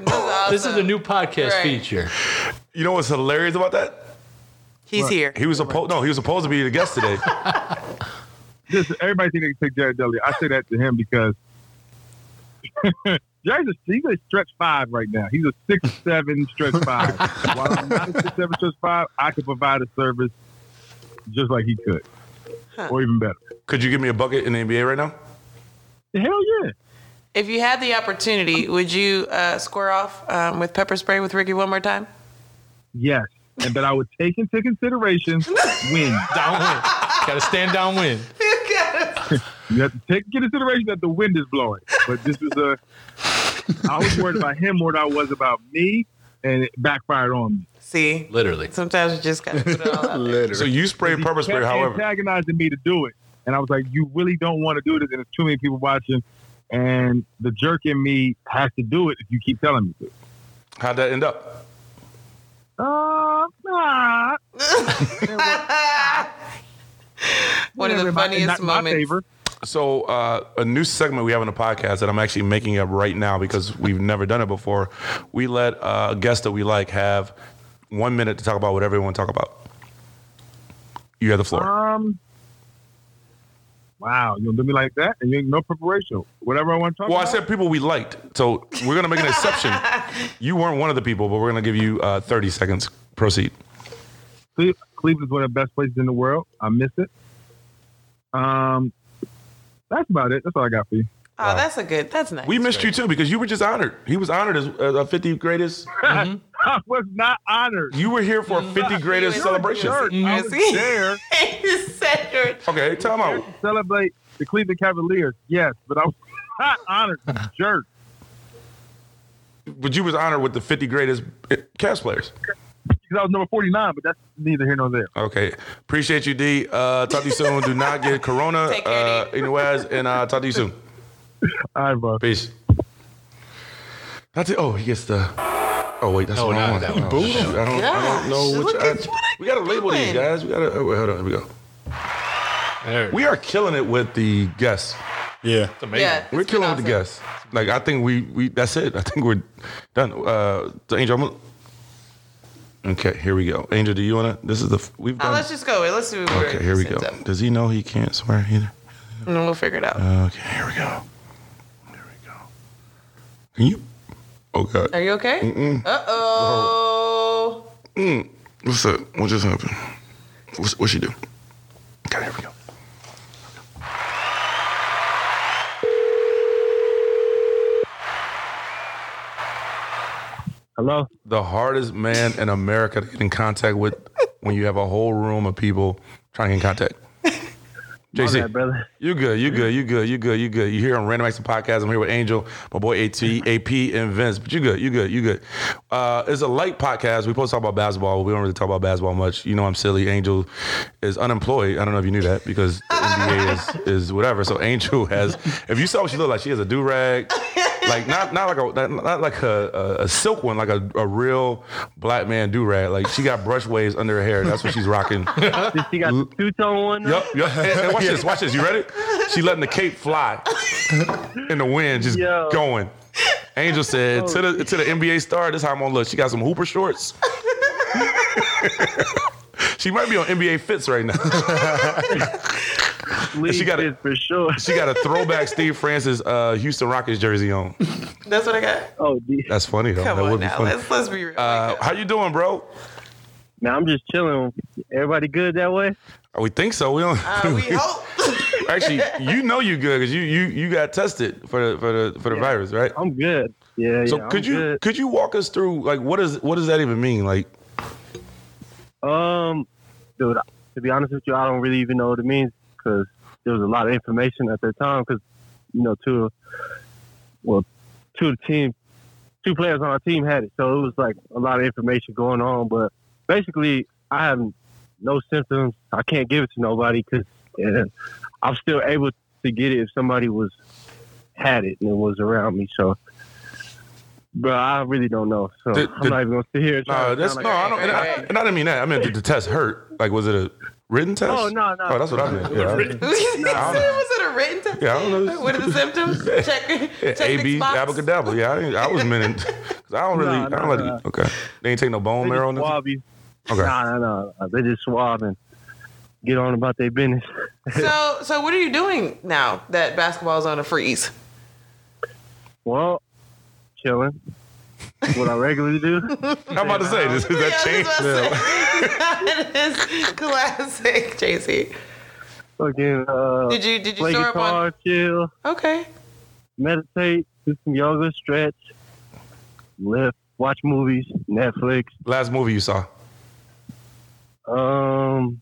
[SPEAKER 5] This is a
[SPEAKER 2] awesome.
[SPEAKER 5] new podcast
[SPEAKER 2] Right.
[SPEAKER 5] feature.
[SPEAKER 3] You know what's hilarious about that?
[SPEAKER 2] He's here.
[SPEAKER 3] He was supposed no, he was supposed to be the guest today.
[SPEAKER 6] Just everybody think they can take Jared Dudley. I say that to him because Jared's a, he's a stretch five right now. He's a six seven stretch five. While I'm not a six seven stretch five, I could provide a service just like he could, or even better.
[SPEAKER 3] Could you give me a bucket in the NBA right now?
[SPEAKER 6] Hell yeah!
[SPEAKER 2] If you had the opportunity, would you uh, square off um, with pepper spray with Ricky one more time?
[SPEAKER 6] Yes, and but I would take into consideration win.
[SPEAKER 5] Downwind. Gotta stand downwind.
[SPEAKER 6] You have to take into consideration that the wind is blowing. But this is a. I was worried about him more than I was about me, and it backfired on me.
[SPEAKER 2] See,
[SPEAKER 5] Literally.
[SPEAKER 2] sometimes you just gotta put it all out there.
[SPEAKER 3] So you spray purple spray,
[SPEAKER 6] kept
[SPEAKER 3] however.
[SPEAKER 6] antagonizing me to do it, and I was like, "You really don't want to do this, and there's too many people watching." And the jerk in me has to do it if you keep telling me to.
[SPEAKER 3] How'd that end up?
[SPEAKER 6] Uh, nah.
[SPEAKER 2] One of the
[SPEAKER 6] Everybody-
[SPEAKER 2] funniest
[SPEAKER 6] not in my
[SPEAKER 2] moments.
[SPEAKER 6] favor.
[SPEAKER 3] So uh, a new segment we have on the podcast that I'm actually making up right now because we've never done it before. We let uh, a guest that we like have one minute to talk about whatever they want to talk about. You have the floor.
[SPEAKER 6] Um. Wow, you gonna do me like that, and you ain't no preparation. Whatever I want to talk
[SPEAKER 3] Well, I
[SPEAKER 6] about.
[SPEAKER 3] said people we liked, so we're gonna make an exception. You weren't one of the people, but we're gonna give you uh, 30 seconds. Proceed.
[SPEAKER 6] Cle- Cleveland's one of the best places in the world. I miss it. Um, that's about it. That's all I got for you.
[SPEAKER 2] Oh, that's a good. That's nice.
[SPEAKER 3] We missed you too because you were just honored. He was honored as uh, a 50 greatest.
[SPEAKER 1] Mm-hmm.
[SPEAKER 6] I was not honored.
[SPEAKER 3] You were here for a 50 greatest
[SPEAKER 2] You're a
[SPEAKER 3] celebration.
[SPEAKER 2] jerk.
[SPEAKER 1] Mm-hmm.
[SPEAKER 6] I was
[SPEAKER 2] See?
[SPEAKER 6] there
[SPEAKER 2] you said you're-
[SPEAKER 3] Okay, time out.
[SPEAKER 6] to celebrate the Cleveland Cavaliers. Yes, but I was not honored. You Jerk.
[SPEAKER 3] But you was honored with the 50 greatest uh, Cavs players.
[SPEAKER 6] Because I was number 49, but that's neither here nor there.
[SPEAKER 3] Okay, appreciate you, D. Uh, talk to you soon. Do not get corona.
[SPEAKER 2] Take care,
[SPEAKER 3] uh, anyways, and uh, talk to you soon.
[SPEAKER 6] All right, bro.
[SPEAKER 3] Peace. That's it. Oh, he gets the. Oh wait, that's
[SPEAKER 5] No,
[SPEAKER 3] the wrong
[SPEAKER 5] not
[SPEAKER 3] one.
[SPEAKER 5] that
[SPEAKER 3] Oh,
[SPEAKER 5] one.
[SPEAKER 3] shoot. I don't, I don't
[SPEAKER 2] Gosh,
[SPEAKER 3] know which.
[SPEAKER 2] look at
[SPEAKER 3] I-
[SPEAKER 2] what
[SPEAKER 3] we gotta
[SPEAKER 2] I'm
[SPEAKER 3] label these
[SPEAKER 2] doing.
[SPEAKER 3] guys. We gotta. Oh, wait, hold on. Here we go.
[SPEAKER 5] There.
[SPEAKER 3] We are killing it with the guests.
[SPEAKER 4] Yeah.
[SPEAKER 5] amazing.
[SPEAKER 2] Yeah,
[SPEAKER 3] we're
[SPEAKER 2] it's been
[SPEAKER 3] killing it with the
[SPEAKER 2] awesome.
[SPEAKER 3] guests. Like I think we we that's it. I think we're done. Uh, so Angel, I'm gonna- okay, here we go. Angel, do you wanna? This is the f- we've
[SPEAKER 2] Oh,
[SPEAKER 3] done.
[SPEAKER 2] let's just go. Let's do.
[SPEAKER 3] Um, okay, here we go. Does he know he can't swear either?
[SPEAKER 2] And then we'll figure it out.
[SPEAKER 3] Okay, here we go. Here we go. Can you? Oh God.
[SPEAKER 2] Are you okay? Uh oh.
[SPEAKER 3] What's up? What just happened? What's, what she do? Okay, here we go.
[SPEAKER 6] Hello?
[SPEAKER 3] The hardest man in America to get in contact with when you have a whole room of people trying to get in contact. JC,
[SPEAKER 6] brother.
[SPEAKER 3] you good, you good, you good, you good, you good. You here on Random Acts Podcast. I'm here with Angel, my boy AT, AP, and Vince. But you good, you good, you good. Uh, it's a light podcast. We supposed to talk about basketball, but we don't really talk about basketball much. You know I'm silly. Angel is unemployed. I don't know if you knew that because the NBA is is whatever. So Angel has if you saw what she looked like, she has a do-rag. Like not not like a not like a, a, a silk one, like a, a real black man do-rag. Like she got brush waves under her hair. That's what she's rocking.
[SPEAKER 1] She got the two tone one.
[SPEAKER 3] Yep, yep. And, and watch this, watch this. You ready? She letting the cape fly in the wind, just
[SPEAKER 1] Yo.
[SPEAKER 3] going. Angel said to the to the
[SPEAKER 2] Oh,
[SPEAKER 3] NBA star, this how I'm gonna look. She got some Hooper shorts. she might be on NBA fits right now.
[SPEAKER 1] Leave
[SPEAKER 3] she got it.
[SPEAKER 1] this for sure.
[SPEAKER 3] She got a throwback Steve Francis uh, Houston Rockets jersey on.
[SPEAKER 2] That's what I got.
[SPEAKER 1] Oh, D.
[SPEAKER 3] That's funny though.
[SPEAKER 2] Come
[SPEAKER 3] that
[SPEAKER 2] on
[SPEAKER 3] would be
[SPEAKER 2] now.
[SPEAKER 3] funny.
[SPEAKER 2] Let's let's be real.
[SPEAKER 3] Uh, how you doing, bro?
[SPEAKER 1] Now I'm just chilling. Everybody good that way?
[SPEAKER 3] We think so. We don't.
[SPEAKER 2] Uh, we hope.
[SPEAKER 3] actually, you know you good because you you you got tested for the for the for the virus, right?
[SPEAKER 1] I'm good. Yeah,
[SPEAKER 3] So
[SPEAKER 1] yeah.
[SPEAKER 3] could
[SPEAKER 1] I'm
[SPEAKER 3] you
[SPEAKER 1] good.
[SPEAKER 3] could you walk us through like what is what does that even mean? Like
[SPEAKER 1] Um, dude, to be honest with you, I don't really even know what it means because there was a lot of information at that time. Because you know, two, well, two of the team, two players on our team had it, so it was like a lot of information going on. But basically, I have no symptoms. I can't give it to nobody because I'm still able to get it if somebody was had it and was around me. So. But I really don't know, so
[SPEAKER 3] Did-
[SPEAKER 1] I'm
[SPEAKER 3] did-
[SPEAKER 1] not even gonna sit here. and try to
[SPEAKER 3] no, that's
[SPEAKER 1] sound
[SPEAKER 3] no,
[SPEAKER 1] like-
[SPEAKER 3] I don't, and I, and I didn't mean that. I meant did the test hurt? Like, was it a written test?
[SPEAKER 6] Oh, no, no.
[SPEAKER 3] Oh, that's what I meant. Yeah, I-
[SPEAKER 2] was it a written test?
[SPEAKER 3] Yeah, I don't know.
[SPEAKER 2] What are the symptoms? check
[SPEAKER 3] yeah,
[SPEAKER 2] check
[SPEAKER 3] A
[SPEAKER 2] the
[SPEAKER 3] B
[SPEAKER 2] box.
[SPEAKER 3] abracadabra. Yeah, I, didn't, I was meaning. 'cause I don't really.
[SPEAKER 6] No, no,
[SPEAKER 3] I don't like.
[SPEAKER 6] no.
[SPEAKER 3] Okay, they ain't take no bone
[SPEAKER 6] They
[SPEAKER 3] marrow.
[SPEAKER 6] just
[SPEAKER 3] on this?
[SPEAKER 6] swab you.
[SPEAKER 3] Okay.
[SPEAKER 6] Nah, nah, nah, nah. They just swab and get on about their business.
[SPEAKER 2] So, so what are you doing now that basketball's on a freeze?
[SPEAKER 6] Well, chilling. what I regularly do.
[SPEAKER 3] I'm about to say, does, does that
[SPEAKER 2] Yeah,
[SPEAKER 3] change?
[SPEAKER 2] that's what I'm saying. That is classic, JC.
[SPEAKER 6] Fucking uh,
[SPEAKER 2] Did you did you
[SPEAKER 6] play
[SPEAKER 2] store up on?
[SPEAKER 6] guitar, chill,
[SPEAKER 2] Okay,
[SPEAKER 6] meditate, do some yoga, stretch, lift, watch movies, Netflix.
[SPEAKER 3] Last movie you saw?
[SPEAKER 6] Um,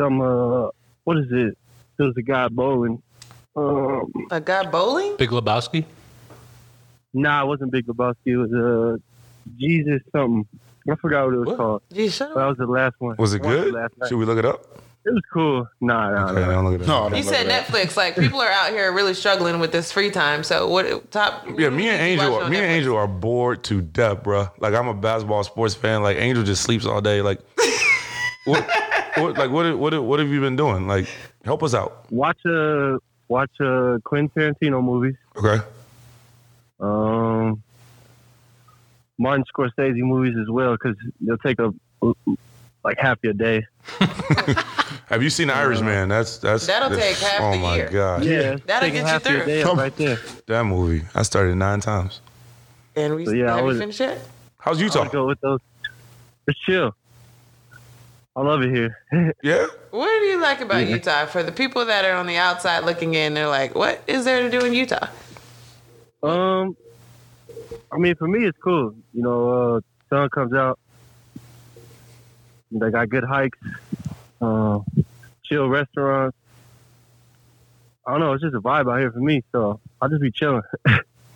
[SPEAKER 6] some uh, what is it? There's a guy bowling. Um,
[SPEAKER 2] a guy bowling.
[SPEAKER 5] Big Lebowski.
[SPEAKER 6] nah, it wasn't Big Lebowski. It was uh, Jesus something. I forgot what it was
[SPEAKER 5] What?
[SPEAKER 6] called.
[SPEAKER 2] Gee, shut
[SPEAKER 6] That
[SPEAKER 2] up.
[SPEAKER 6] was the last one.
[SPEAKER 3] Was it
[SPEAKER 6] Watched
[SPEAKER 3] good?
[SPEAKER 6] last night.
[SPEAKER 3] Should we look it up?
[SPEAKER 6] It was cool. Nah, nah,
[SPEAKER 3] Okay,
[SPEAKER 6] nah.
[SPEAKER 3] don't look it up.
[SPEAKER 4] No,
[SPEAKER 2] You
[SPEAKER 4] don't look
[SPEAKER 2] said
[SPEAKER 4] at that.
[SPEAKER 2] Netflix. Like people are out here really struggling with this free time. So what top?
[SPEAKER 3] Yeah, me and
[SPEAKER 2] what did you
[SPEAKER 3] Angel,
[SPEAKER 2] watch on
[SPEAKER 3] me and
[SPEAKER 2] Netflix?
[SPEAKER 3] Angel are bored to death, bruh. Like I'm a basketball sports fan. Like Angel just sleeps all day. Like what? What? Like what? What? What have you been doing? Like help us out,
[SPEAKER 6] Watch uh, watch uh, Quentin Tarantino movies.
[SPEAKER 3] okay?
[SPEAKER 6] Um, Martin Scorsese movies as well because they'll take up like half your day.
[SPEAKER 3] Have you seen The Irishman? That's that's
[SPEAKER 2] That'll take half
[SPEAKER 3] Oh
[SPEAKER 2] the
[SPEAKER 3] my
[SPEAKER 2] year.
[SPEAKER 3] god,
[SPEAKER 6] Yeah,
[SPEAKER 2] That'll
[SPEAKER 6] taking
[SPEAKER 2] get you
[SPEAKER 6] half your
[SPEAKER 2] through.
[SPEAKER 6] day up
[SPEAKER 3] Come-
[SPEAKER 6] right there.
[SPEAKER 3] that movie. I started nine times.
[SPEAKER 2] And we
[SPEAKER 6] So, yeah, I
[SPEAKER 2] have you
[SPEAKER 6] was-
[SPEAKER 2] finished yet?
[SPEAKER 3] How's
[SPEAKER 6] I'll
[SPEAKER 3] Utah?
[SPEAKER 6] go with those. It's chill. I love it here.
[SPEAKER 3] Yeah,
[SPEAKER 2] What do you like about Utah? For the people that are on the outside looking in, they're like, "What is there to do in Utah?"
[SPEAKER 6] Um, I mean, for me, it's cool. You know, uh, sun comes out. They got good hikes, uh, chill restaurants. I don't know. It's just a vibe out here for me, so I'll just be chilling.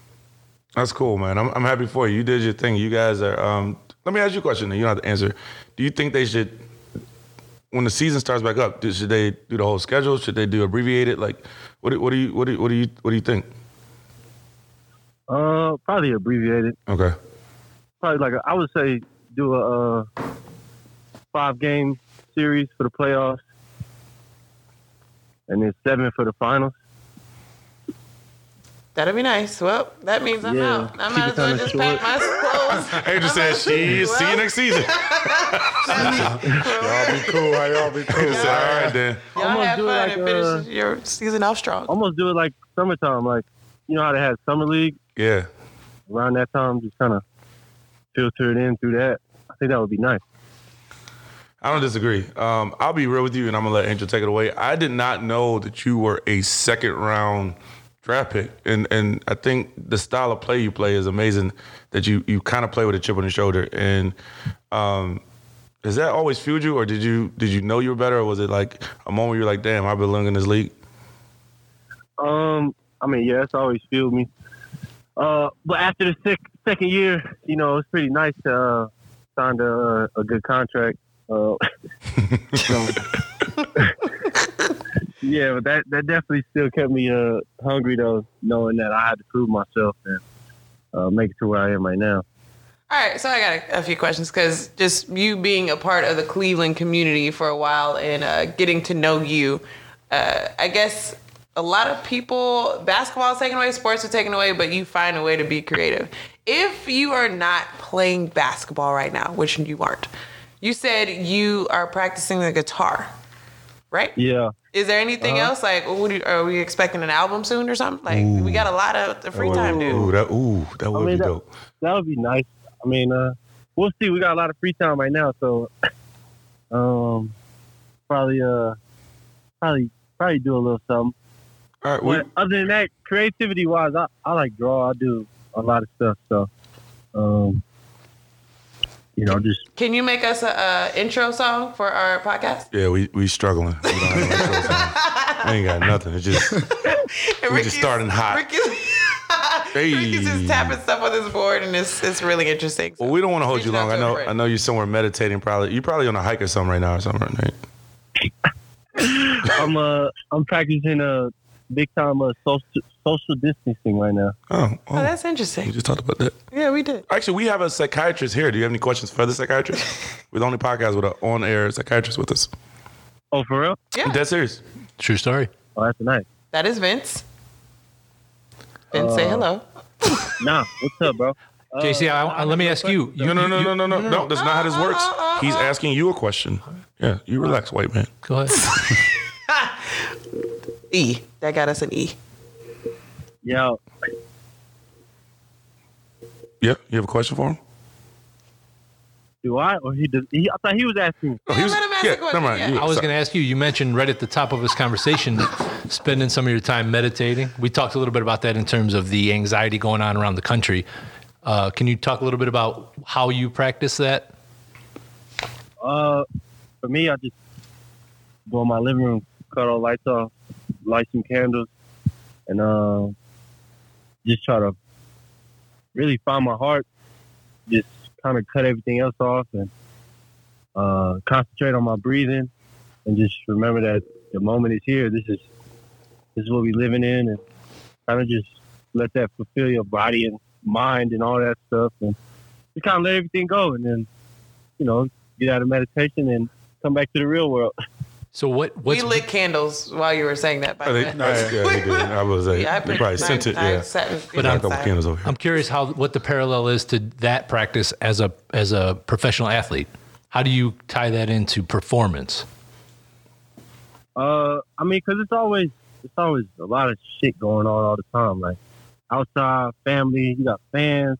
[SPEAKER 3] that's cool, man. I'm I'm happy for you. You did your thing. You guys are. Um, let me ask you a question. and You don't have to answer. Do you think they should, when the season starts back up, do- should they do the whole schedule? Should they do abbreviated? Like, what do- what do you what do, what do you what do you think?
[SPEAKER 6] Uh, probably abbreviated.
[SPEAKER 3] Okay,
[SPEAKER 6] Probably like a, I would say do a uh, five game series for the playoffs, and then seven for the finals.
[SPEAKER 2] That'll be nice. Well, that means I'm
[SPEAKER 6] Yeah.
[SPEAKER 2] out. I
[SPEAKER 6] Keep
[SPEAKER 2] might
[SPEAKER 6] it
[SPEAKER 2] as well
[SPEAKER 6] kinda
[SPEAKER 2] just pack my clothes.
[SPEAKER 3] Angel said she
[SPEAKER 2] Well-
[SPEAKER 3] see you next season.
[SPEAKER 4] Y'all be cool. How y'all be cool?
[SPEAKER 3] Angel said, all right then.
[SPEAKER 2] Y'all
[SPEAKER 6] Almost
[SPEAKER 2] have
[SPEAKER 6] do
[SPEAKER 2] fun
[SPEAKER 6] it like,
[SPEAKER 2] and
[SPEAKER 6] uh,
[SPEAKER 2] finish your season off strong.
[SPEAKER 6] Almost do it like summertime, like you know how they had summer league.
[SPEAKER 3] Yeah.
[SPEAKER 6] around that time, just kind of filter it in through that. I think that would be nice.
[SPEAKER 3] I don't disagree. Um, I'll be real with you, and I'm gonna let Angel take it away. I did not know that you were a second round draft pick, and and I think the style of play you play is amazing. That you you kind of play with a chip on your shoulder, and um, has that always fueled you, or did you did you know you were better, or was it like a moment you're like, damn, I belong in this league?
[SPEAKER 6] Um, I mean, yeah, it's always fueled me. Uh, but after the sec- second year, you know, it's pretty nice to uh, sign a, a good contract. Uh, so- yeah, but that, that definitely still kept me uh, hungry, though, knowing that I had to prove myself and uh, make it to where I am right now.
[SPEAKER 2] All right, so I got a, a few questions because just you being a part of the Cleveland community for a while and uh, getting to know you, uh, I guess a lot of people, basketball is taken away, sports are taken away, but you find a way to be creative. If you are not playing basketball right now, which you aren't, you said you are practicing the guitar, right?
[SPEAKER 6] Yeah.
[SPEAKER 2] Is there anything
[SPEAKER 3] Uh-huh.
[SPEAKER 2] else like? What do you, are we expecting an album soon or something? Like we got a lot of the free time, dude.
[SPEAKER 3] Oh, Ooh, that ooh, that would
[SPEAKER 6] mean,
[SPEAKER 3] be
[SPEAKER 6] that-
[SPEAKER 3] dope.
[SPEAKER 6] that would be nice. I mean, uh, we'll see. We got a lot of free time right now, so um, probably uh, probably probably do a little something.
[SPEAKER 3] All right, we,
[SPEAKER 6] But other than that, creativity wise, I, I like draw. I do a lot of stuff. So, um, you know, just
[SPEAKER 2] Can you make us a, uh intro song for our podcast?
[SPEAKER 3] yeah, we we struggling. We, don't have no shows on. We ain't got nothing. It's just
[SPEAKER 2] We
[SPEAKER 3] just starting hot.
[SPEAKER 2] Ricky's,
[SPEAKER 3] Hey.
[SPEAKER 2] Ricky's just tapping stuff on his board, and it's it's really interesting. So-
[SPEAKER 3] Well, we don't want to hold
[SPEAKER 2] Reach
[SPEAKER 3] you long.
[SPEAKER 2] out to
[SPEAKER 3] I
[SPEAKER 2] a
[SPEAKER 3] know.
[SPEAKER 2] friend.
[SPEAKER 3] I know you're somewhere meditating. Probably you're probably on a hike or something right now or something. Right?
[SPEAKER 6] I'm uh I'm practicing uh big time uh, social social distancing right now.
[SPEAKER 3] Oh, oh,
[SPEAKER 2] Oh, that's
[SPEAKER 3] we
[SPEAKER 2] interesting.
[SPEAKER 3] just talked about that.
[SPEAKER 2] Yeah, we did.
[SPEAKER 3] Actually, we have a psychiatrist here. Do you have any questions for the psychiatrist? We're the only podcast with an on-air psychiatrist with us.
[SPEAKER 6] Oh, for real?
[SPEAKER 2] Yeah,
[SPEAKER 3] Dead serious.
[SPEAKER 5] True story.
[SPEAKER 6] Oh, that's nice.
[SPEAKER 2] that is Vince. Vince,
[SPEAKER 3] Uh,
[SPEAKER 2] say hello.
[SPEAKER 6] Nah, what's up, bro? Uh,
[SPEAKER 5] JC, I, I- let me ask you. you
[SPEAKER 3] No, no, no, no, no, no, no. That's not how this works.
[SPEAKER 2] Uh, uh, uh,
[SPEAKER 3] He's asking you a question. Yeah, you relax, white man.
[SPEAKER 5] Go ahead.
[SPEAKER 2] E. That got us an E.
[SPEAKER 6] Yeah,
[SPEAKER 3] Yeah, you have a question for him?
[SPEAKER 6] do I or he? Does, he I thought he was asking. me.
[SPEAKER 3] Oh,
[SPEAKER 2] Yeah, let him ask
[SPEAKER 3] yeah,
[SPEAKER 2] the question,
[SPEAKER 3] never mind.
[SPEAKER 2] yeah.
[SPEAKER 3] You-
[SPEAKER 5] I was
[SPEAKER 3] sorry.
[SPEAKER 5] going to ask you. You mentioned right at the top of this conversation, spending some of your time meditating. We talked a little bit about that in terms of the anxiety going on around the country. Uh, can you talk a little bit about how you practice that?
[SPEAKER 6] Uh, for me, I just go in my living room, cut all lights off, light some candles, and uh, just try to really find my heart. Just kind of cut everything else off and uh, concentrate on my breathing, and just remember that the moment is here. This is this is what we living in, and kind of just let that fulfill your body and mind and all that stuff, and just kind of let everything go, and then you know get out of meditation and come back to the real world.
[SPEAKER 5] So what? What's
[SPEAKER 2] we lit candles while you were saying that. By
[SPEAKER 3] I
[SPEAKER 2] the
[SPEAKER 3] think-
[SPEAKER 2] way.
[SPEAKER 3] I- yeah, they did. I was like,
[SPEAKER 2] Yeah, I
[SPEAKER 3] they probably
[SPEAKER 2] put-
[SPEAKER 3] sent it.
[SPEAKER 2] I
[SPEAKER 3] Yeah,
[SPEAKER 2] sat in-
[SPEAKER 5] But
[SPEAKER 3] Got
[SPEAKER 5] I'm-
[SPEAKER 3] a couple candles over here.
[SPEAKER 5] I'm curious how what the parallel is to that practice as a as a professional athlete. How do you tie that into performance?
[SPEAKER 6] Uh, I mean, cause it's always it's always a lot of shit going on all the time. Like outside, family, you got fans,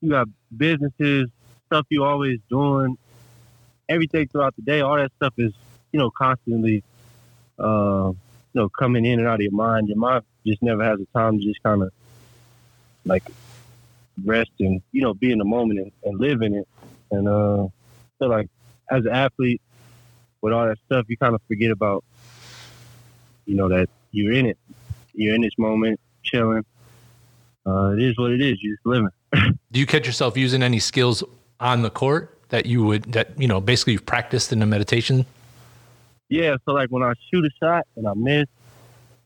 [SPEAKER 6] you got businesses, stuff you always doing. Everything throughout the day, all that stuff is you know constantly, uh, you know, coming in and out of your mind. Your mind just never has the time to just kind of like rest and you know be in the moment and, and live in it. And uh, so like as an athlete with all that stuff, you kind of forget about, you know, that you're in it. You're in this moment, chilling. Uh, it is what it is. You're just living.
[SPEAKER 5] Do you catch yourself using any skills on the court that you would that you know basically you've practiced in the meditation?
[SPEAKER 6] Yeah. So like when I shoot a shot and I miss,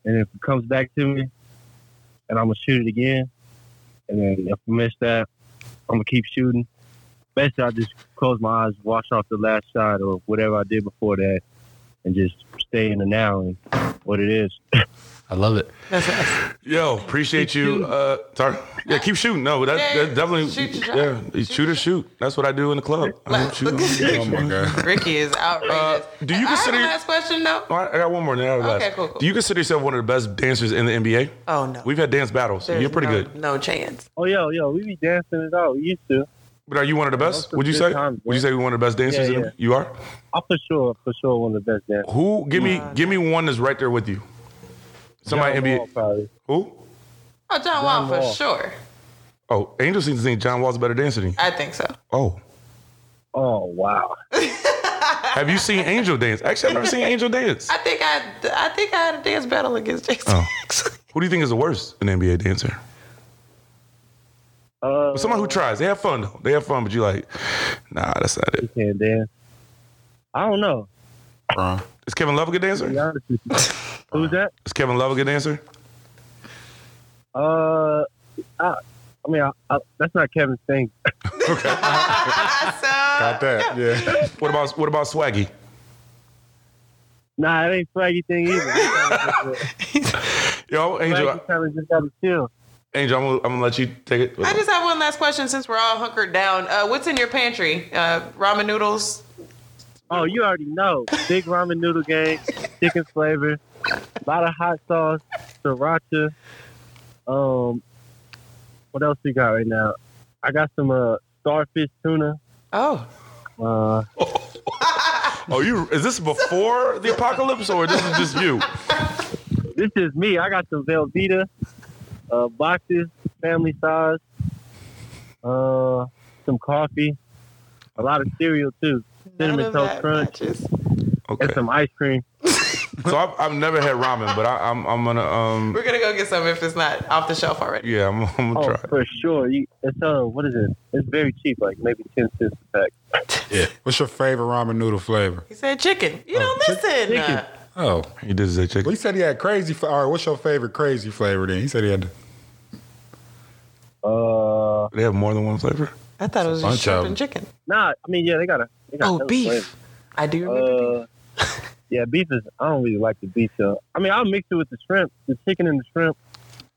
[SPEAKER 6] and if it comes back to me, and I'm gonna shoot it again, and then if I miss that, I'm gonna keep shooting. Basically, I just close my eyes, wash off the last shot or whatever I did before that, and just stay in the now and what it is.
[SPEAKER 5] I love it.
[SPEAKER 3] Yo, appreciate you. Uh, sorry. Yeah, keep shooting. No, that,
[SPEAKER 2] Yeah,
[SPEAKER 3] that definitely.
[SPEAKER 2] shoot your shot.
[SPEAKER 3] yeah, shoot, or shoot. That's what I do in the club. I
[SPEAKER 2] Look,
[SPEAKER 3] shoot.
[SPEAKER 2] look at you.
[SPEAKER 4] Oh my god.
[SPEAKER 2] Ricky is outrageous.
[SPEAKER 3] Uh, do you
[SPEAKER 2] I
[SPEAKER 3] consider-
[SPEAKER 2] have a last question though?
[SPEAKER 3] Oh, I I got one more. Then I'll
[SPEAKER 2] Okay,
[SPEAKER 3] last.
[SPEAKER 2] cool, cool.
[SPEAKER 3] Do you consider yourself one of the best dancers in the NBA?
[SPEAKER 2] Oh no,
[SPEAKER 3] We've had dance battles.
[SPEAKER 2] There's
[SPEAKER 3] You're pretty
[SPEAKER 2] no-
[SPEAKER 3] good.
[SPEAKER 2] No chance.
[SPEAKER 6] Oh yo, yo, we be dancing it out. We used to.
[SPEAKER 3] But are you one of the best?
[SPEAKER 6] those are
[SPEAKER 3] Would you
[SPEAKER 6] good
[SPEAKER 3] say?
[SPEAKER 6] times,
[SPEAKER 3] Would you
[SPEAKER 6] man.
[SPEAKER 3] say you're one of the best dancers?
[SPEAKER 6] Yeah,
[SPEAKER 3] in
[SPEAKER 6] yeah.
[SPEAKER 3] the, you are.
[SPEAKER 6] I'm for sure, for sure, one of the best dancers.
[SPEAKER 3] Who? Give me, give me one that's right there with you. Somebody
[SPEAKER 6] John Wall,
[SPEAKER 3] NBA.
[SPEAKER 6] probably.
[SPEAKER 3] Who?
[SPEAKER 2] Oh, John, Wall
[SPEAKER 6] John
[SPEAKER 2] for
[SPEAKER 6] Wall.
[SPEAKER 2] sure.
[SPEAKER 3] Oh, Angel seems to think John Wall's a better dancer than you.
[SPEAKER 2] I think so.
[SPEAKER 3] Oh,
[SPEAKER 6] Oh wow!
[SPEAKER 3] have you seen Angel dance? Actually, I've never seen Angel dance.
[SPEAKER 2] I think I, I think I had a dance battle against Jason.
[SPEAKER 3] Oh.
[SPEAKER 2] actually.
[SPEAKER 3] Who do you think is the worst an NBA dancer?
[SPEAKER 6] Uh,
[SPEAKER 3] But someone who tries. They have fun though. They have fun, but you like, nah, that's not it.
[SPEAKER 6] can't dance. I don't know.
[SPEAKER 4] Bro.
[SPEAKER 3] Is Kevin Love a good dancer?
[SPEAKER 6] To be honest with you. Who's that?
[SPEAKER 3] Is Kevin Love a good dancer?
[SPEAKER 6] Uh, I, I mean, I, I, that's not Kevin's thing.
[SPEAKER 4] Got that. Yeah.
[SPEAKER 3] What about what about Swaggy?
[SPEAKER 6] Nah, it ain't swaggy thing either.
[SPEAKER 3] Yo, Angel,
[SPEAKER 6] Swaggy kind of just gotta chill.
[SPEAKER 3] Angel, I'm gonna, I'm gonna let you take it.
[SPEAKER 2] I just have one last question since we're all hunkered down. Uh, what's in your pantry? Uh, ramen noodles.
[SPEAKER 6] Oh, you already know. Big ramen noodle gang, chicken flavor, a lot of hot sauce, sriracha. Um, what else we got right now? I got some uh starfish tuna.
[SPEAKER 2] Oh,
[SPEAKER 6] Uh,
[SPEAKER 3] oh, you is this before the apocalypse or this is just you?
[SPEAKER 6] this is me. I got some Velveeta uh, boxes, family size, uh, some coffee, a lot of cereal too,
[SPEAKER 2] none
[SPEAKER 6] cinnamon
[SPEAKER 2] of
[SPEAKER 6] toast
[SPEAKER 2] that
[SPEAKER 6] crunch,
[SPEAKER 2] matches.
[SPEAKER 6] and
[SPEAKER 3] Okay.
[SPEAKER 6] some ice cream.
[SPEAKER 3] So I've, I've never had ramen, but I, I'm I'm gonna um
[SPEAKER 2] We're gonna go get some if it's not off the shelf already.
[SPEAKER 3] yeah I'm, I'm
[SPEAKER 6] Oh,
[SPEAKER 3] gonna try.
[SPEAKER 6] for sure. You, it's uh, what is it? It's very cheap, like maybe ten cents a pack.
[SPEAKER 4] What's your favorite ramen noodle flavor?
[SPEAKER 2] He said chicken. You don't
[SPEAKER 4] chick-
[SPEAKER 2] listen.
[SPEAKER 6] chicken.
[SPEAKER 2] Uh,
[SPEAKER 4] Oh,
[SPEAKER 3] He did say chicken.
[SPEAKER 4] well, he said he had crazy. Fl- all right, what's your favorite crazy flavor? Then he said he had
[SPEAKER 6] Uh,
[SPEAKER 3] They have more than one flavor.
[SPEAKER 2] I thought it was just
[SPEAKER 4] bunch of
[SPEAKER 2] shrimp
[SPEAKER 4] them.
[SPEAKER 2] and chicken.
[SPEAKER 1] Nah, I mean, yeah, they got a. They got
[SPEAKER 2] Oh,
[SPEAKER 1] hella flavor.
[SPEAKER 2] beef. I do remember beef.
[SPEAKER 1] Uh, yeah, beef is. I don't really like the beef though. I mean, I'll mix it with the shrimp, the chicken and the shrimp.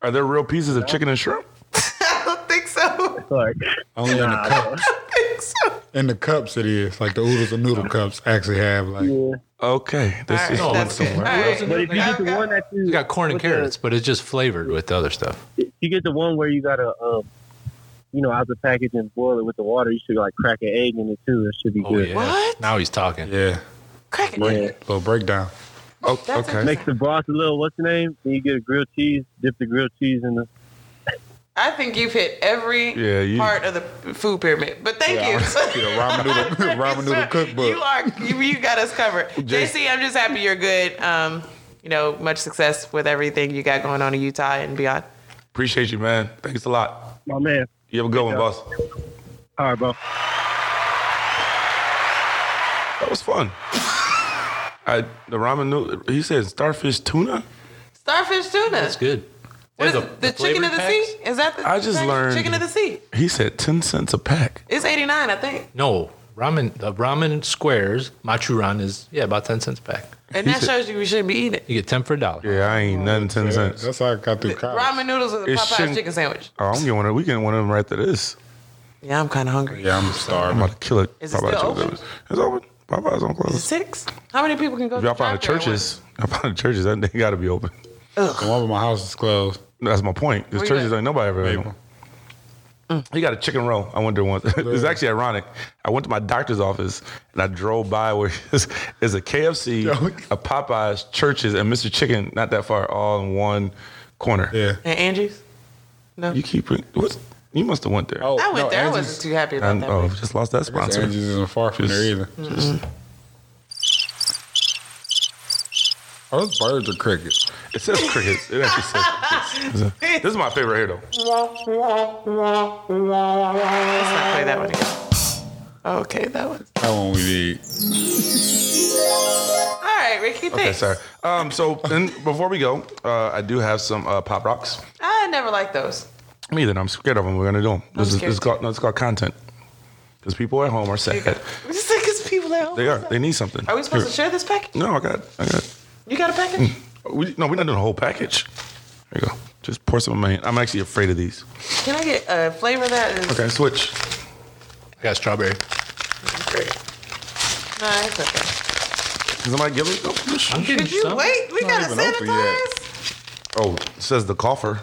[SPEAKER 3] Are there real pieces of chicken and shrimp?
[SPEAKER 2] I don't think so.
[SPEAKER 1] Like,
[SPEAKER 4] only in the cups.
[SPEAKER 2] think so.
[SPEAKER 4] In the cups, it is like the oodles and noodle cups actually have like.
[SPEAKER 1] yeah.
[SPEAKER 3] Okay, this
[SPEAKER 2] All
[SPEAKER 3] is
[SPEAKER 2] right,
[SPEAKER 3] going
[SPEAKER 2] that's good.
[SPEAKER 3] somewhere.
[SPEAKER 2] All right.
[SPEAKER 1] But if you get the one that you
[SPEAKER 5] It's got corn and
[SPEAKER 1] with the-
[SPEAKER 5] carrots, but it's just flavored with other stuff.
[SPEAKER 1] if you get the one where you gotta, um, you know, out the package and boil it with the water. You should like crack an egg in it too. It should be
[SPEAKER 5] Oh
[SPEAKER 1] good.
[SPEAKER 5] yeah.
[SPEAKER 2] What?
[SPEAKER 5] Now he's talking.
[SPEAKER 4] Yeah,
[SPEAKER 2] Crack it.
[SPEAKER 1] Yeah.
[SPEAKER 4] little breakdown.
[SPEAKER 3] Oh,
[SPEAKER 2] That's
[SPEAKER 3] okay.
[SPEAKER 2] interesting.
[SPEAKER 1] Mix the broth a little. What's the name? Then you get a grilled cheese. Dip the grilled cheese in the.
[SPEAKER 2] I think you've hit every
[SPEAKER 3] Yeah, you-
[SPEAKER 2] part of the food pyramid. But thank
[SPEAKER 4] Yeah,
[SPEAKER 2] you. uh,
[SPEAKER 4] ramen noodle, ramen noodle cookbook.
[SPEAKER 2] You are you, you got us covered. JC, I'm just happy you're good. Um, you know, much success with everything you got going on in Utah and beyond.
[SPEAKER 3] Appreciate you, man. Thanks a lot.
[SPEAKER 1] My man.
[SPEAKER 3] You have a good one, boss.
[SPEAKER 1] All right, bro.
[SPEAKER 3] That was fun. I the ramen noodle. He said starfish tuna.
[SPEAKER 2] Starfish tuna.
[SPEAKER 5] That's good.
[SPEAKER 2] What is
[SPEAKER 5] Yeah,
[SPEAKER 2] it? The, chicken
[SPEAKER 5] flavored
[SPEAKER 2] of the
[SPEAKER 5] packs?
[SPEAKER 2] sea? Is that the
[SPEAKER 3] I just
[SPEAKER 2] package?
[SPEAKER 3] learned-
[SPEAKER 2] chicken of the sea?
[SPEAKER 3] He said ten cents a pack.
[SPEAKER 2] It's 89, I think,
[SPEAKER 5] No, ramen. The ramen squares, machuran is yeah about ten cents a pack.
[SPEAKER 2] and
[SPEAKER 3] He
[SPEAKER 2] that
[SPEAKER 3] said-
[SPEAKER 2] shows you we shouldn't be eating. it.
[SPEAKER 5] You get ten for a dollar.
[SPEAKER 3] Yeah, I ain't nothing ten cents.
[SPEAKER 4] That's how I got through college.
[SPEAKER 2] Ramen noodles with a
[SPEAKER 3] It
[SPEAKER 2] Popeye's
[SPEAKER 3] shouldn't-
[SPEAKER 2] chicken sandwich.
[SPEAKER 3] Oh, I'm getting one. Of, we getting one of them right to this.
[SPEAKER 2] Yeah, I'm kind of hungry.
[SPEAKER 4] Yeah, I'm
[SPEAKER 3] I'm
[SPEAKER 4] starving.
[SPEAKER 3] about to kill it.
[SPEAKER 2] Is it
[SPEAKER 3] Popeye
[SPEAKER 2] still
[SPEAKER 3] chicken
[SPEAKER 2] open?
[SPEAKER 3] sandwich. It's open. Popeye's on
[SPEAKER 2] Is it
[SPEAKER 3] close.
[SPEAKER 2] six? How many people can go?
[SPEAKER 3] If
[SPEAKER 2] to
[SPEAKER 3] y'all find the
[SPEAKER 2] drive-thru at once?
[SPEAKER 3] churches, y'all find the churches. That they got to be open.
[SPEAKER 4] The one with my house is closed.
[SPEAKER 3] That's my point. Because
[SPEAKER 2] Where you
[SPEAKER 3] churches
[SPEAKER 2] at?
[SPEAKER 3] ain't nobody ever had
[SPEAKER 4] Maple.
[SPEAKER 3] one. He got a chicken roll. I went there once. it's actually ironic. I went to my doctor's office and I drove by where there's there's a KFC,
[SPEAKER 4] Yo.
[SPEAKER 3] a Popeyes, churches, and Mr. Chicken not that far, all in one corner.
[SPEAKER 4] Yeah.
[SPEAKER 2] And Angie's.
[SPEAKER 3] You keep it. What's, you must have went there.
[SPEAKER 4] Oh,
[SPEAKER 2] I went
[SPEAKER 4] no,
[SPEAKER 2] there. I
[SPEAKER 4] Angie's,
[SPEAKER 2] wasn't too happy about
[SPEAKER 3] And,
[SPEAKER 2] that.
[SPEAKER 3] oh, just lost that
[SPEAKER 4] Angie's
[SPEAKER 3] sponsor.
[SPEAKER 4] isn't far from there either.
[SPEAKER 2] Mm-hmm.
[SPEAKER 4] Are Oh, those birds or crickets?
[SPEAKER 3] It says crickets. It actually says crickets. This is my favorite here, though.
[SPEAKER 2] Let's not play that one again. Okay, that one.
[SPEAKER 4] That one we need.
[SPEAKER 2] All right, Ricky.
[SPEAKER 3] Okay,
[SPEAKER 2] Thanks.
[SPEAKER 3] sorry. Um, so then before we go, uh, I do have some uh, pop rocks.
[SPEAKER 2] I never liked those.
[SPEAKER 3] Me either. and I'm scared of them. We're gonna do them. This is,
[SPEAKER 2] scared
[SPEAKER 3] this is called no, it's called content. Because people at home are sad.
[SPEAKER 2] Just think it's people at home.
[SPEAKER 3] They are. They need something.
[SPEAKER 2] Are we supposed to
[SPEAKER 3] Here.
[SPEAKER 2] share this package?
[SPEAKER 3] No, I got. It. I got. It.
[SPEAKER 2] You got a package?
[SPEAKER 3] Mm. We, no, we're not doing a whole package. There you go. Just pour some in my hand. I'm actually afraid of these.
[SPEAKER 2] Can I get a flavor of that? Is
[SPEAKER 3] Okay, switch.
[SPEAKER 5] I got strawberry.
[SPEAKER 2] No, it's okay.
[SPEAKER 3] Can somebody give me? Oh, sh-
[SPEAKER 5] getting
[SPEAKER 2] Could you wait? We gotta
[SPEAKER 4] even open yet.
[SPEAKER 2] sanitize.
[SPEAKER 3] oh, it says the coffer.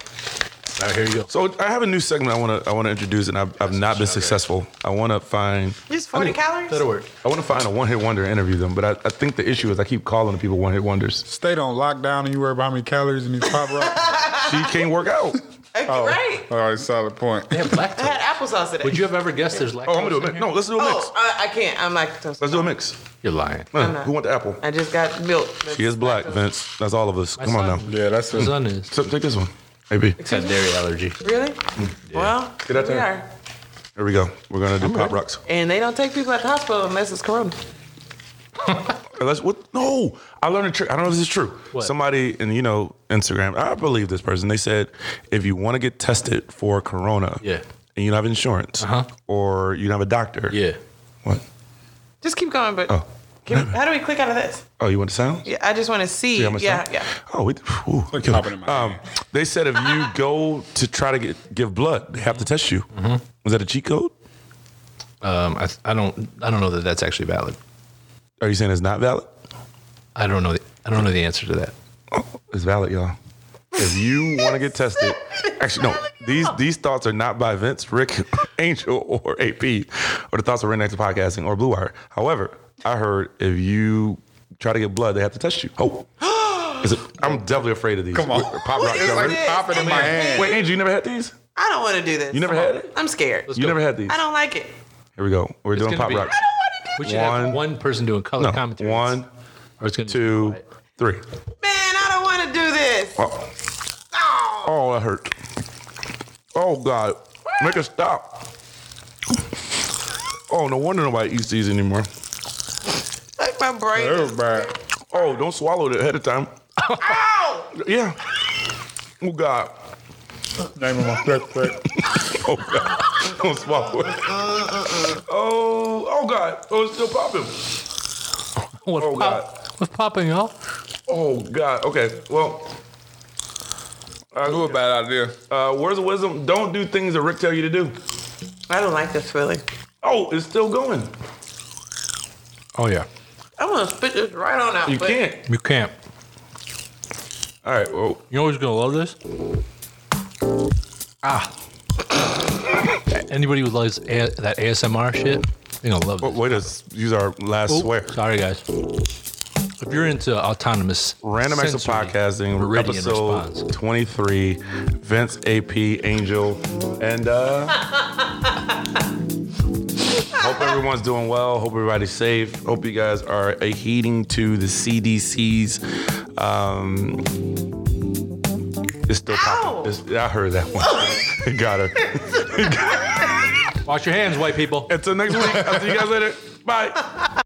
[SPEAKER 5] All right, here you go.
[SPEAKER 3] So I have a new segment I want to I want to introduce, and I've, I've not been successful. I want to find
[SPEAKER 2] Just 40 calories.
[SPEAKER 5] That'll work.
[SPEAKER 3] I want to find a one hit wonder and interview them. But I, I think the issue is I keep calling the people one hit wonders.
[SPEAKER 4] Stayed on lockdown and you worry about how many calories in these pop rocks.
[SPEAKER 3] She can't work out.
[SPEAKER 2] Okay,
[SPEAKER 3] Oh.
[SPEAKER 2] Right.
[SPEAKER 4] All right, Oh, solid point.
[SPEAKER 5] They have
[SPEAKER 2] I
[SPEAKER 5] lactose.
[SPEAKER 2] had applesauce today.
[SPEAKER 5] Would you have ever guessed there's lactose?
[SPEAKER 3] Oh, I'm gonna do a
[SPEAKER 5] in
[SPEAKER 3] mix.
[SPEAKER 5] here?
[SPEAKER 3] No, let's do a mix.
[SPEAKER 2] Oh, I, I can't. I'm lactose.
[SPEAKER 3] Let's do a mix.
[SPEAKER 5] You're lying.
[SPEAKER 3] Uh,
[SPEAKER 2] not.
[SPEAKER 3] Who want the apple?
[SPEAKER 2] I just got milk. That's
[SPEAKER 3] He is black,
[SPEAKER 2] lactose.
[SPEAKER 3] Vince. That's all of us. Come on now.
[SPEAKER 4] Yeah, that's
[SPEAKER 5] My
[SPEAKER 4] it.
[SPEAKER 5] son is.
[SPEAKER 3] So, take this one. AB.
[SPEAKER 5] He's
[SPEAKER 2] Mm.
[SPEAKER 5] got dairy allergy.
[SPEAKER 2] Really? Well,
[SPEAKER 3] Mm. Get out
[SPEAKER 2] we
[SPEAKER 3] there.
[SPEAKER 2] are.
[SPEAKER 3] Here we go. We're gonna do pop rocks.
[SPEAKER 2] And they don't take people at the hospital unless it's corona.
[SPEAKER 3] Unless what? No, I learned a trick. I don't know if this is true.
[SPEAKER 5] What?
[SPEAKER 3] Somebody in you know Instagram. I believe this person. They said if you want to get tested for corona,
[SPEAKER 5] Yeah.
[SPEAKER 3] and you don't have insurance,
[SPEAKER 5] Uh-huh.
[SPEAKER 3] or you don't have a doctor,
[SPEAKER 5] Yeah.
[SPEAKER 3] What?
[SPEAKER 2] Just keep going, but
[SPEAKER 3] Oh,
[SPEAKER 2] can, how do we click out of this?
[SPEAKER 3] oh, you want the sound?
[SPEAKER 2] Yeah, I just want to see.
[SPEAKER 3] See how
[SPEAKER 2] Yeah,
[SPEAKER 3] much
[SPEAKER 2] yeah,
[SPEAKER 3] time? Oh, we. Ooh,
[SPEAKER 4] like
[SPEAKER 3] killer.
[SPEAKER 4] popping in my
[SPEAKER 3] um,
[SPEAKER 4] hand.
[SPEAKER 3] they said if you go to try to get, give blood, they have to test you.
[SPEAKER 5] Mm-hmm.
[SPEAKER 3] Was that a cheat code?
[SPEAKER 5] Um, I, I don't I don't know that that's actually valid.
[SPEAKER 3] Are you saying it's not valid?
[SPEAKER 5] I don't know. The, I don't know the answer to that.
[SPEAKER 3] Oh, It's valid, y'all. If you want to get tested, actually, no. These these thoughts are not by Vince, Rick, Angel, or AP, or the thoughts of Redneck to Podcasting or Blue Wire. However, I heard if you try to get blood, they have to test you. Oh, Is it- I'm definitely afraid of these.
[SPEAKER 4] Come on.
[SPEAKER 3] pop rock.
[SPEAKER 2] is
[SPEAKER 3] Wait,
[SPEAKER 2] this?
[SPEAKER 4] Pop it in my hand.
[SPEAKER 3] wait, Angel, you never had these?
[SPEAKER 2] I don't want to do this.
[SPEAKER 3] You never had it?
[SPEAKER 2] I'm scared.
[SPEAKER 3] You never had these?
[SPEAKER 2] I don't like it.
[SPEAKER 3] Here we go. We're doing
[SPEAKER 5] gonna
[SPEAKER 3] pop
[SPEAKER 5] be-
[SPEAKER 3] rock.
[SPEAKER 5] We should
[SPEAKER 3] One-
[SPEAKER 5] have one person doing color
[SPEAKER 3] No,
[SPEAKER 5] commentary.
[SPEAKER 3] one,
[SPEAKER 5] or it's gonna be
[SPEAKER 3] two,
[SPEAKER 5] quiet.
[SPEAKER 3] three.
[SPEAKER 2] Man, I don't want to do this.
[SPEAKER 3] Oh,
[SPEAKER 2] Oh.
[SPEAKER 3] oh, that hurt. Oh God, make it stop. Oh, no wonder nobody eats these anymore.
[SPEAKER 2] Like my brain.
[SPEAKER 4] Everybody.
[SPEAKER 3] Oh, don't swallow it ahead of time. Ow! Yeah. Oh God.
[SPEAKER 4] Name of my quick, quick.
[SPEAKER 3] Oh God. Don't swallow it. Oh, oh God. Oh, it's still popping.
[SPEAKER 5] What's,
[SPEAKER 3] Oh,
[SPEAKER 5] pop- what's popping, y'all?
[SPEAKER 3] Oh God. Okay. Well, I do a bad idea. Uh, words of wisdom: Don't do things that Rick tell you to do.
[SPEAKER 2] I don't like this feeling.
[SPEAKER 3] Oh, it's still going.
[SPEAKER 5] Oh, yeah.
[SPEAKER 2] I'm gonna spit this right on out.
[SPEAKER 3] You
[SPEAKER 2] but
[SPEAKER 3] can't.
[SPEAKER 5] You can't.
[SPEAKER 3] All right. Well,
[SPEAKER 5] You know who's going to love this? Ah. Anybody who loves a- that ASMR shit, they're going to love
[SPEAKER 3] wait
[SPEAKER 5] it.
[SPEAKER 3] way to s- use our last swear.
[SPEAKER 5] Sorry, guys. If you're into autonomous
[SPEAKER 3] Random Acts of
[SPEAKER 5] sensory
[SPEAKER 3] Podcasting,
[SPEAKER 5] meridian
[SPEAKER 3] episode
[SPEAKER 5] response.
[SPEAKER 3] 23, Vince AP, Angel, and uh hope everyone's doing well. Hope everybody's safe. Hope you guys are adhering to the CDC's um it's still popping. It's- I heard that one. Got her.
[SPEAKER 5] Wash your hands, white people.
[SPEAKER 3] Until next week. I'll see you guys later. Bye.